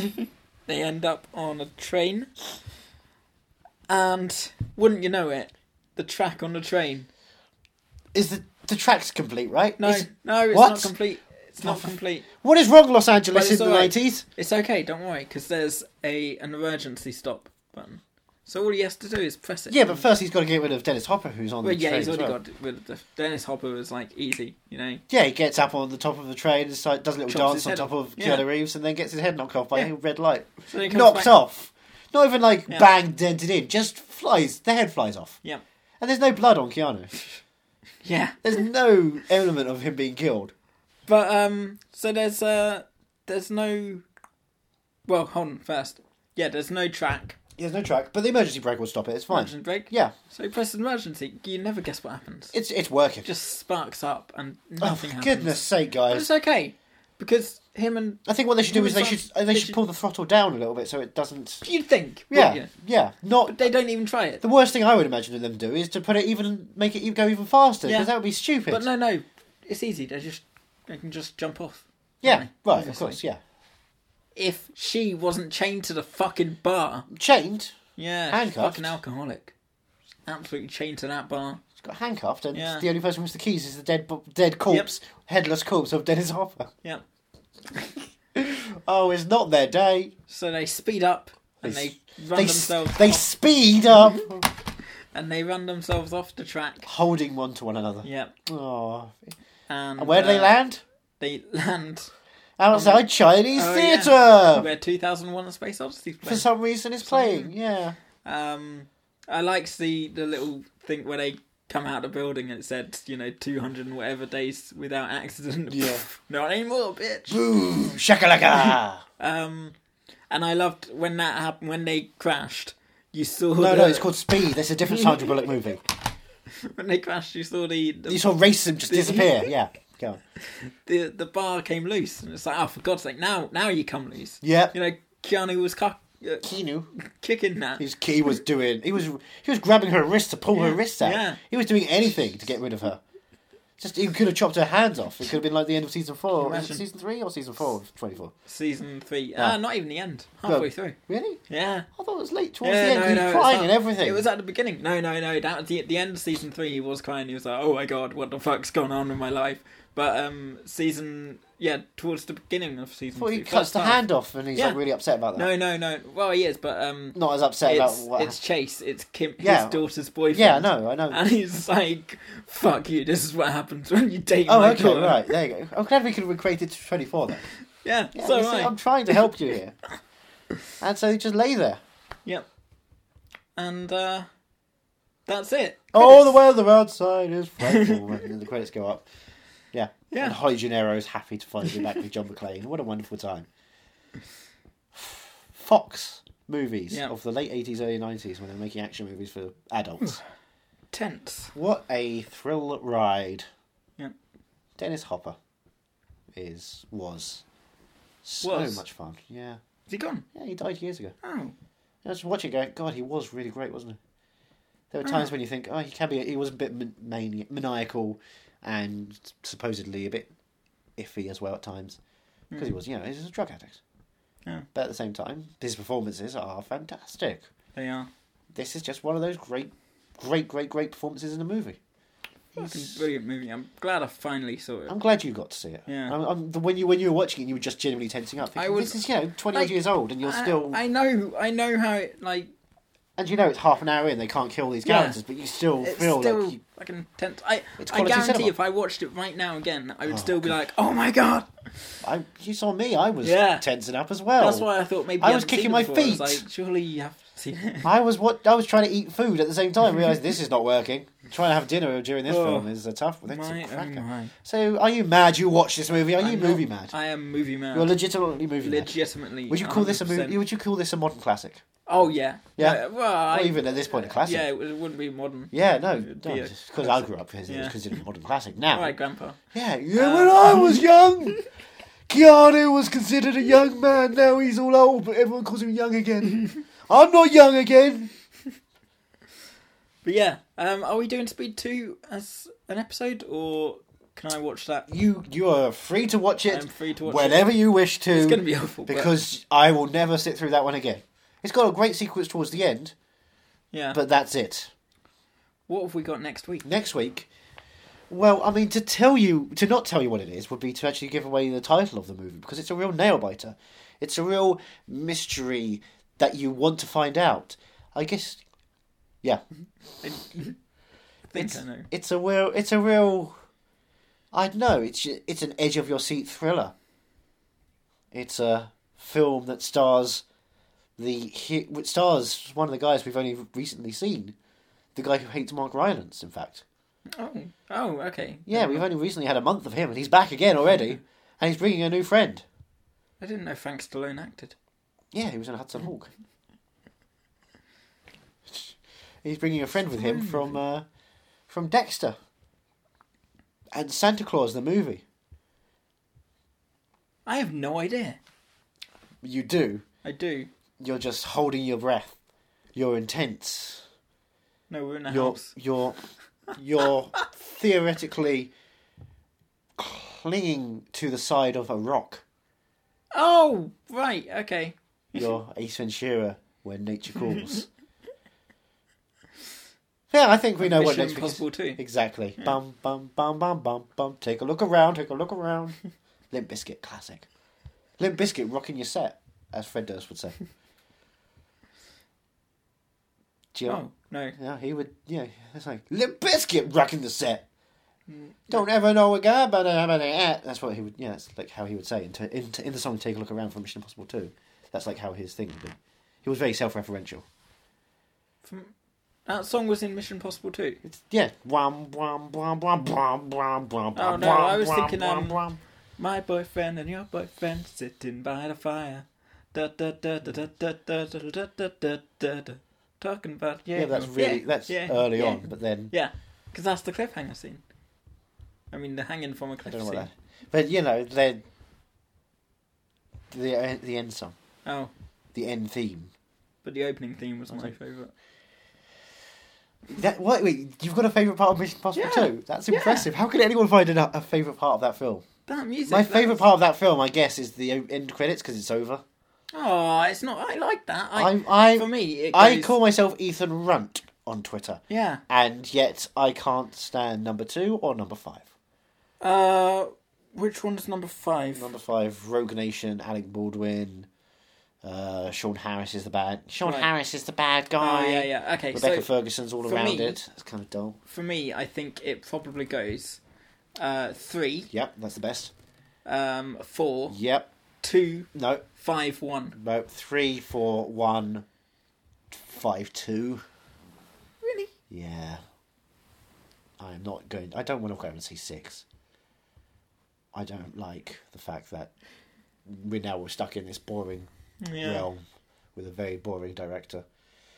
they end up on a train, and wouldn't you know it, the track on the train.
Is the the track's complete, right?
No,
It's-
no, it's
what? Oh.
not complete. It's not complete.
What is wrong, Los
But
Angeles in
it's
the
alright.
nineties?
It's okay, don't worry, because there's a an emergency stop button. So all he has to do is press it.
Yeah, but first he's got to get rid of Dennis Hopper, who's on
Well,
the
yeah,
train.
he's
as
already
well.
got rid of the, Dennis Hopper was like easy, you know.
Yeah, he gets up on the top of the train and start, does a little
Chops his
dance on
head
top
off.
of
Yeah.
Keanu Reeves, and then gets his head knocked off by
Yeah.
a red light,
So he comes
knocked
back-
off. Not even like
Yeah.
bang dented in, just flies. The head flies off,
Yeah,
and there's no blood on Keanu.
yeah.
There's no element of him being killed.
But um, so there's uh, there's no. Well, hold on first. Yeah, there's no track.
There's no track, but the emergency brake will stop it. It's fine.
Emergency brake.
Yeah,
So you press emergency. You never guess what happens. It
it's it's working.
just sparks up and
oh,
nothing
for
happens.
goodness sake,
But
guys!
it's okay because him and [LAUGHS]
I think what they should do
Who
is they
was
should
that?
they
They
should
should-
pull the throttle down a little bit so it doesn't.
you'd think.
Yeah,
wouldn't
yeah,
you?
Not
They don't even try it.
the worst thing I would imagine them do is to put it even make it go even faster because
Yeah.
that would be stupid.
But no, no, it's easy. They just they can just jump off.
yeah, right, of
obviously.
course, yeah.
If she wasn't chained to the fucking bar,
Chained,
yeah, she's
Handcuffed.
fucking alcoholic, absolutely chained to that bar.
it's got handcuffed, and
Yeah.
the only person with the keys is the dead bo- dead corpse, headless corpse of Dennis Hopper.
Yeah.
Oh, it's not their day.
So they speed up and
They
they,
s-
run
they s-
themselves
they
off,
speed up, [LAUGHS]
and they run themselves off the track.
holding one to one another.
Yeah.
Oh,
And,
and where do they
uh,
land?
They [LAUGHS] land
Outside Chinese
Oh, yeah.
theatre.
where 2001: A Space Odyssey.
For
plays.
some reason, it's playing. Yeah.
Um, I liked the the little thing where they come out of the building and it said, you know, 200 and whatever days without accident.
Yeah.
[LAUGHS] Not anymore, bitch.
Boom! Shakalaka!
[LAUGHS] Um, and I loved when that happened when they crashed. You saw
no,
the,
no, it's called Speed. That's a different Sandra Bullock movie.
[LAUGHS] when they crashed. You saw the the,
You saw racism just disappear. Yeah. Go on.
the the bar came loose, and it's like, oh, for God's sake, now now you come loose.
Yeah.
You know, Keanu was cu- uh,
Keanu.
kicking that.
His key was doing. He was he was grabbing her wrist to pull her
Yeah,
wrists out.
yeah.
He was doing anything to get rid of her. Just he could have chopped her hands off. It could have been like the end of season four. Was it
Imagine.
season three or season four of twenty four?
Season three.
Ah.
Ah, not even the end. Halfway through.
Really?
Yeah.
I thought it was late towards the end. he was
it's
crying
not-
and everything.
It was at the beginning. No, no, no. That was the, at the end of season three. He was crying. He was like, "Oh my god, what the fuck's going on in my life?" But um, season yeah, towards the beginning of
I
season
thought
three,
he cuts
first
the
half.
hand off and he's like
Yeah.
really upset about that.
No, no, no. Well, he is, but um,
Not as upset about
it's,
what
it's Chase. It's Kim,
Yeah.
his daughter's boyfriend.
Yeah, I know, I know.
And he's like, "Fuck you. This is what happens when you date
Oh,
my
okay,
daughter."
right. There you go. I'm glad we could recreate it to 24 then.
Yeah.
Yeah,
so
you see,
right.
I'm trying to help you here. And so you just lay there.
Yep. And uh, that's it.
Oh, All the
Credits.
weather outside
[LAUGHS]
is frightful. and the credits go up. Yeah.
Yeah.
And Holly Gennaro is happy to finally be back with John McClane. What a wonderful time. [SIGHS] Fox movies
Yeah.
of the late 80s, early 90s when they're making action movies for
[SIGHS]
adults.
Tense.
what a thrill ride.
Yep.
Dennis Hopper is, was so
Was.
much fun. Yeah.
Is he gone?
Yeah, he died years ago.
Oh.
I was watching it going, God, he was really great, wasn't he? There were times when you think, oh, he can be, he was a bit man- mani- maniacal and supposedly a bit iffy as well at times. Because he was, you know, he was a drug addict.
Hmm. Yeah.
But at the same time, his performances are fantastic.
They are.
This is just one of those great, great, great, great performances in a movie.
Fucking brilliant movie. I'm glad I finally saw it.
I'm glad you got to see it.
Yeah.
I'm, I'm, the- when you when you were watching it, you were just genuinely tensing up. Thinking,
I was-
this is you know 20 odd
like,
years old, and you're
I-
still
I know. I know how it like.
and you know it's half an hour in. They can't kill these
Yeah.
characters, but you still
It's
feel
still
like you,
fucking tense. I
It's
I
quality
guarantee
cinema.
if I watched it right now again, I would still be like, oh my god.
I, you saw me. I was
Yeah.
tensing up as well.
That's why I thought maybe
Oh. I
you
was
hadn't
kicking
seen it
my
before. I was
feet.
like, surely you have seen it.
I was what I was trying to eat food at the same time. Realized this is not working. Trying to have dinner during this
Oh.
film is a tough. That's
My,
a
oh
cracker.
my.
So, are you mad? You watched this movie? Are you
[LAUGHS] I'm
movie
not-
mad?
I am movie mad.
You're legitimately movie mad.
legitimately.
Would you call this a movie?
100%.
Would you call this a modern classic?
Oh yeah.
Yeah.
Uh, well, I,
Or even at this point, a classic.
yeah, it would- it wouldn't be modern.
Yeah, no,
It'd be a [LAUGHS]
because I grew up, it was
Yeah.
considered a modern classic. Now,
Um, All right, Grandpa. [LAUGHS]
yeah, yeah, when I was young, Keanu was considered a young man. Now he's all old, but everyone calls him young
[LAUGHS]
again. I'm not young again.
But yeah, um, are we doing Speed Two as an episode, or can I watch that?
You you are free to watch it
I'm free to watch
whenever you wish to. It's
gonna be awful, but-
because I will never sit through that one again. It's got a great sequence towards the end,
Yeah.
but that's it.
what have we got next week?
next week. Well, I mean, to tell you, to not tell you what it is, would be to actually give away the title of the movie because it's a real nail biter. It's a real mystery that you want to find out. I guess, yeah,
I think I know.
it's a real, it's a real. I don't know. It's it's an edge of your seat thriller. It's a film that stars the he- which stars one of the guys we've only recently seen, the guy who hates Mark Rylance, in fact.
Oh, oh, okay.
Yeah, we've only recently had a month of him, and he's back again already, [LAUGHS] and he's bringing a new friend.
I didn't know Frank Stallone acted.
Yeah, he was in Hudson Hawk. He's bringing a friend with him from uh, from Dexter and Santa Claus the movie.
I have no idea.
You do.
I do.
You're just holding your breath. You're intense.
No, we're in a
You're
house.
you're you're theoretically clinging to the side of a rock.
Oh, right. Okay.
You're Ace Ventura when nature calls. yeah, I think we know what
Mission
next week is.
Impossible too.
Exactly. Bum bum bum bum bum bum. Take a look around. Take a look around. Limp Biscuit classic. Limp Biscuit rocking your set, as Fred Durst would say. Do you
Oh no.
yeah, he would. Yeah, it's like Limp Bizkit rocking the set.
Mm.
Don't ever know a guy, but that's what he would. Yeah, that's like how he would say in, in, in the song "Take a Look Around" from Mission Impossible Two. That's like how his thing would be. He was very self-referential.
That song was in Mission Possible too.
It's, yeah, wham wham wham wham wham wham wham.
Oh, no,
wham,
I was
wham,
thinking,
wham,
um,
wham.
My boyfriend and your boyfriend sitting by the fire. Da da da da da da da da da da da da da. Talking about yeah.
yeah, that's really that's
yeah,
early
yeah.
on, but then
Yeah, because that's the cliffhanger scene. I mean, the hanging from a cliff
I don't know
scene.
what that. But you know, then the the end song,
Oh,
the end theme.
but the opening theme was my favourite.
That what? Wait, you've got a favourite part of Mission Impossible
Yeah,
too? That's
yeah.
impressive. How could anyone find a, a favourite part of that film?
That music.
My
that
favourite
was-
part of that film, I guess, is the o- end credits because it's over.
Oh, it's not. I like that. I,
I, I,
for me, it
I
goes-
call myself Ethan Runt on Twitter,
Yeah.
and yet I can't stand number two or number five.
Uh, which one's number five?
Number five, Rogue Nation, Alec Baldwin, uh, Sean Harris is the bad. Sean
Right.
Harris is the bad guy.
Oh, yeah, yeah. Okay,
Rebecca
so
Ferguson's all
for
around
me-
it. It's kind of dull.
for me, I think it probably goes uh three,
Yep, that's the best.
um, four,
Yep.
two,
No,
five, one.
No, three, four, one, five, two.
Really?
Yeah. I'm not going. I don't want to go and see six. I don't like the fact that we now we're stuck in this boring
Yeah.
realm with a very boring director.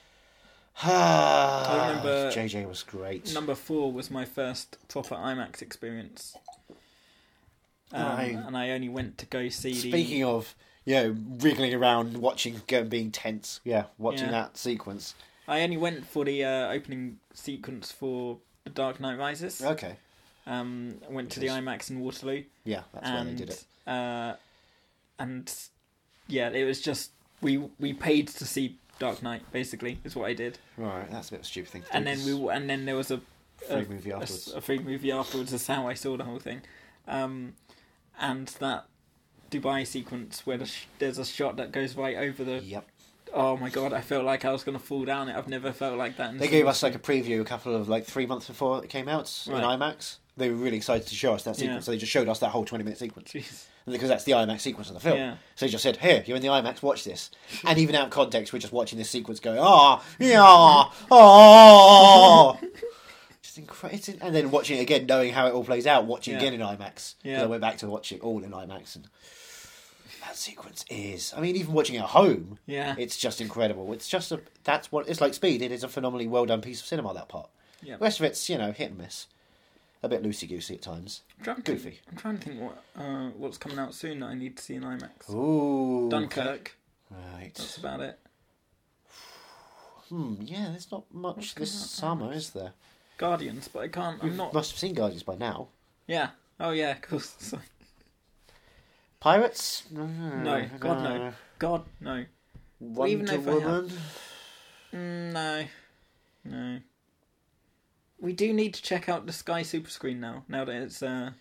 [SIGHS]
remember-
JJ was great.
Number four was my first proper IMAX experience. Um,
Right.
And I only went to go see the
Speaking of, you know, wriggling around, watching, going, being tense. Yeah, watching
Yeah.
that sequence.
I only went for the uh, opening sequence for The Dark Knight Rises.
Okay.
Um, I went to the IMAX in Waterloo,
Yeah, that's why they
and
did it.
uh, and yeah, it was just we we paid to see Dark Knight. Basically, is what I did,
Right, that's a bit of a stupid thing. To
and
do,
then we
'cause-
and then there was a
Free
a-
movie
a-
afterwards.
A, free movie afterwards. That's how I saw the whole thing, um, and that Dubai sequence where the sh- there's a shot that goes right over the.
Yep.
Oh my god! I felt like I was gonna fall down it. I've never felt like that. In
They gave us like a preview a couple of like three months before it came out
Right.
in IMAX. They were really excited to show us that sequence,
Yeah.
so they just showed us that whole twenty minute sequence
[LAUGHS] Jeez.
And because that's the IMAX sequence of the film.
Yeah.
So they just said, "Here, you're in the IMAX. Watch this." [LAUGHS] and even out of context, we're just watching this sequence going, "Ah, yeah, oh." [LAUGHS] Just incredible, and then watching it again, knowing how it all plays out, watching it
Yeah.
again in IMAX. Yeah,
Yeah.
I went back to watch it all in IMAX, and that sequence is—I mean, even watching it at home,
Yeah.
it's just incredible. It's just a—that's what it's like. Speed. It is a phenomenally well done piece of cinema. That part.
Yeah.
The rest of it's you know hit and miss. a bit loosey goosey at times.
I'm trying to
Goofy.
Think, I'm trying to think what uh, what's coming out soon that I need to see in IMAX.
Ooh.
Dunkirk.
Right.
That's about it.
Hmm, yeah, there's not much this summer, is there?
Guardians, but I can't. I'm not.
Must have seen Guardians by now.
Yeah. Oh yeah. Of course. [LAUGHS] Sorry.
Pirates? No, no,
No. God
uh,
no. God no.
Wonder
Even if I have-
Woman.
Mm, No. No. We do need to check out the Sky Super Screen now. Now that it's uh,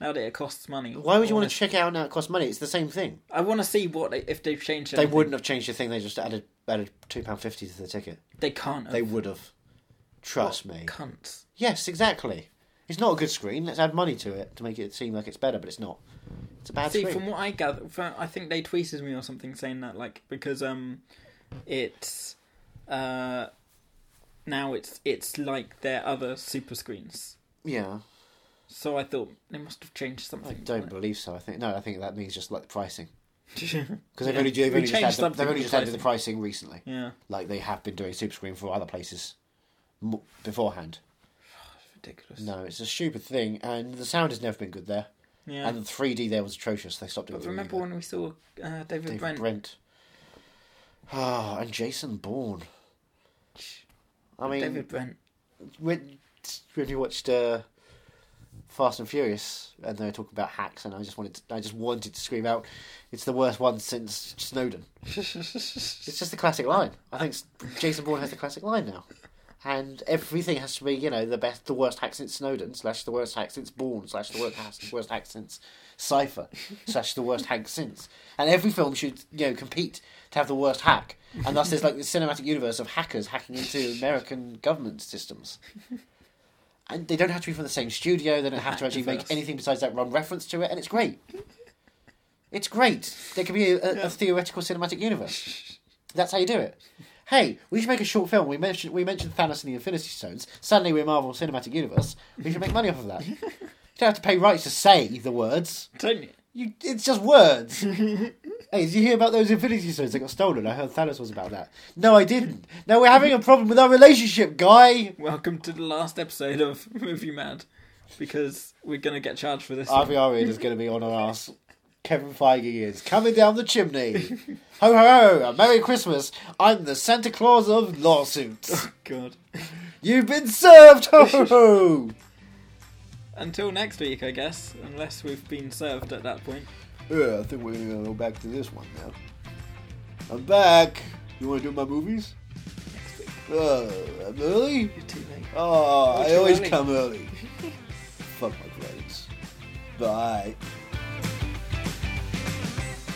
now that it costs money.
Why would you want
I wanna-
to check out now? It costs money. It's the same thing.
I want to see what they, if they've changed.
They
anything.
wouldn't have changed the thing. They just added added two pound fifty to the ticket.
They can't. Have.
They would have. Trust me.
Cunts.
Yes, exactly. It's not a good screen. Let's add money to it to make it seem like it's better, but it's not. It's a bad
See,
screen.
from what I gather, from, I think they tweeted me or something saying that, like, because um, it's uh, now it's it's like their other super screens.
Yeah,
So I thought they must have changed
I
something.
don't believe so. I think no. I think that means just like the
[LAUGHS]
pricing because
Because
they've only, they've only just added, the, they've only just added the pricing recently.
Yeah,
Like they have been doing super screen for other places m- beforehand.
ridiculous.
No, it's a stupid thing, and the sound has never been good there.
Yeah.
And the 3D there was atrocious. They stopped doing
But
it.
remember when we saw uh, David,
David
Brent?
Brent. [SIGHS] Ah, and Jason Bourne. I mean,
David Brent.
when when you watched uh, Fast and Furious and they were talking about hacks, and I just wanted to, I just wanted to scream out, "It's the worst one since Snowden." it's just the classic line. I think s- Jason Bourne has the classic line now, and everything has to be you know the best, the worst hack since Snowden slash the worst hack since Bourne slash the worst hack, worst hack since Cipher slash the worst hack since, and every film should you know compete to have the worst hack. And thus, there's like this cinematic universe of hackers hacking into American government systems and they don't have to be from the same studio. They don't have to actually make
Activerse.
anything besides that run reference to it, and it's great. It's great. There could be a, a, a theoretical cinematic universe. That's how you do it. Hey, we should make a short film. We mentioned we mentioned Thanos and the Infinity Stones. Suddenly, we're Marvel Cinematic Universe. We should make money off of that. You don't have to pay rights to say the words.
Don't you?
You, it's just words. hey, did you hear about those Infinity Stones that got stolen? I heard Thanos was about that. No, I didn't. No, we're having a problem with our relationship, guy.
Welcome to the last episode of [LAUGHS] Movie Mad, because we're gonna get charged for this. one.
Avi Aryan is going to be on our ass. Kevin Feige is coming down the chimney. ho ho ho! A Merry Christmas! I'm the Santa Claus of lawsuits.
[LAUGHS] God. [LAUGHS]
You've been served. Ho ho ho!
Until next week, I guess, unless we've been served at that point.
Yeah, I think we're going to go back to this one now. I'm back. You want to do my movies? Oh, I'm early.
You're too late.
Oh, I
too
always
early.
come early. Fuck my grades. Bye.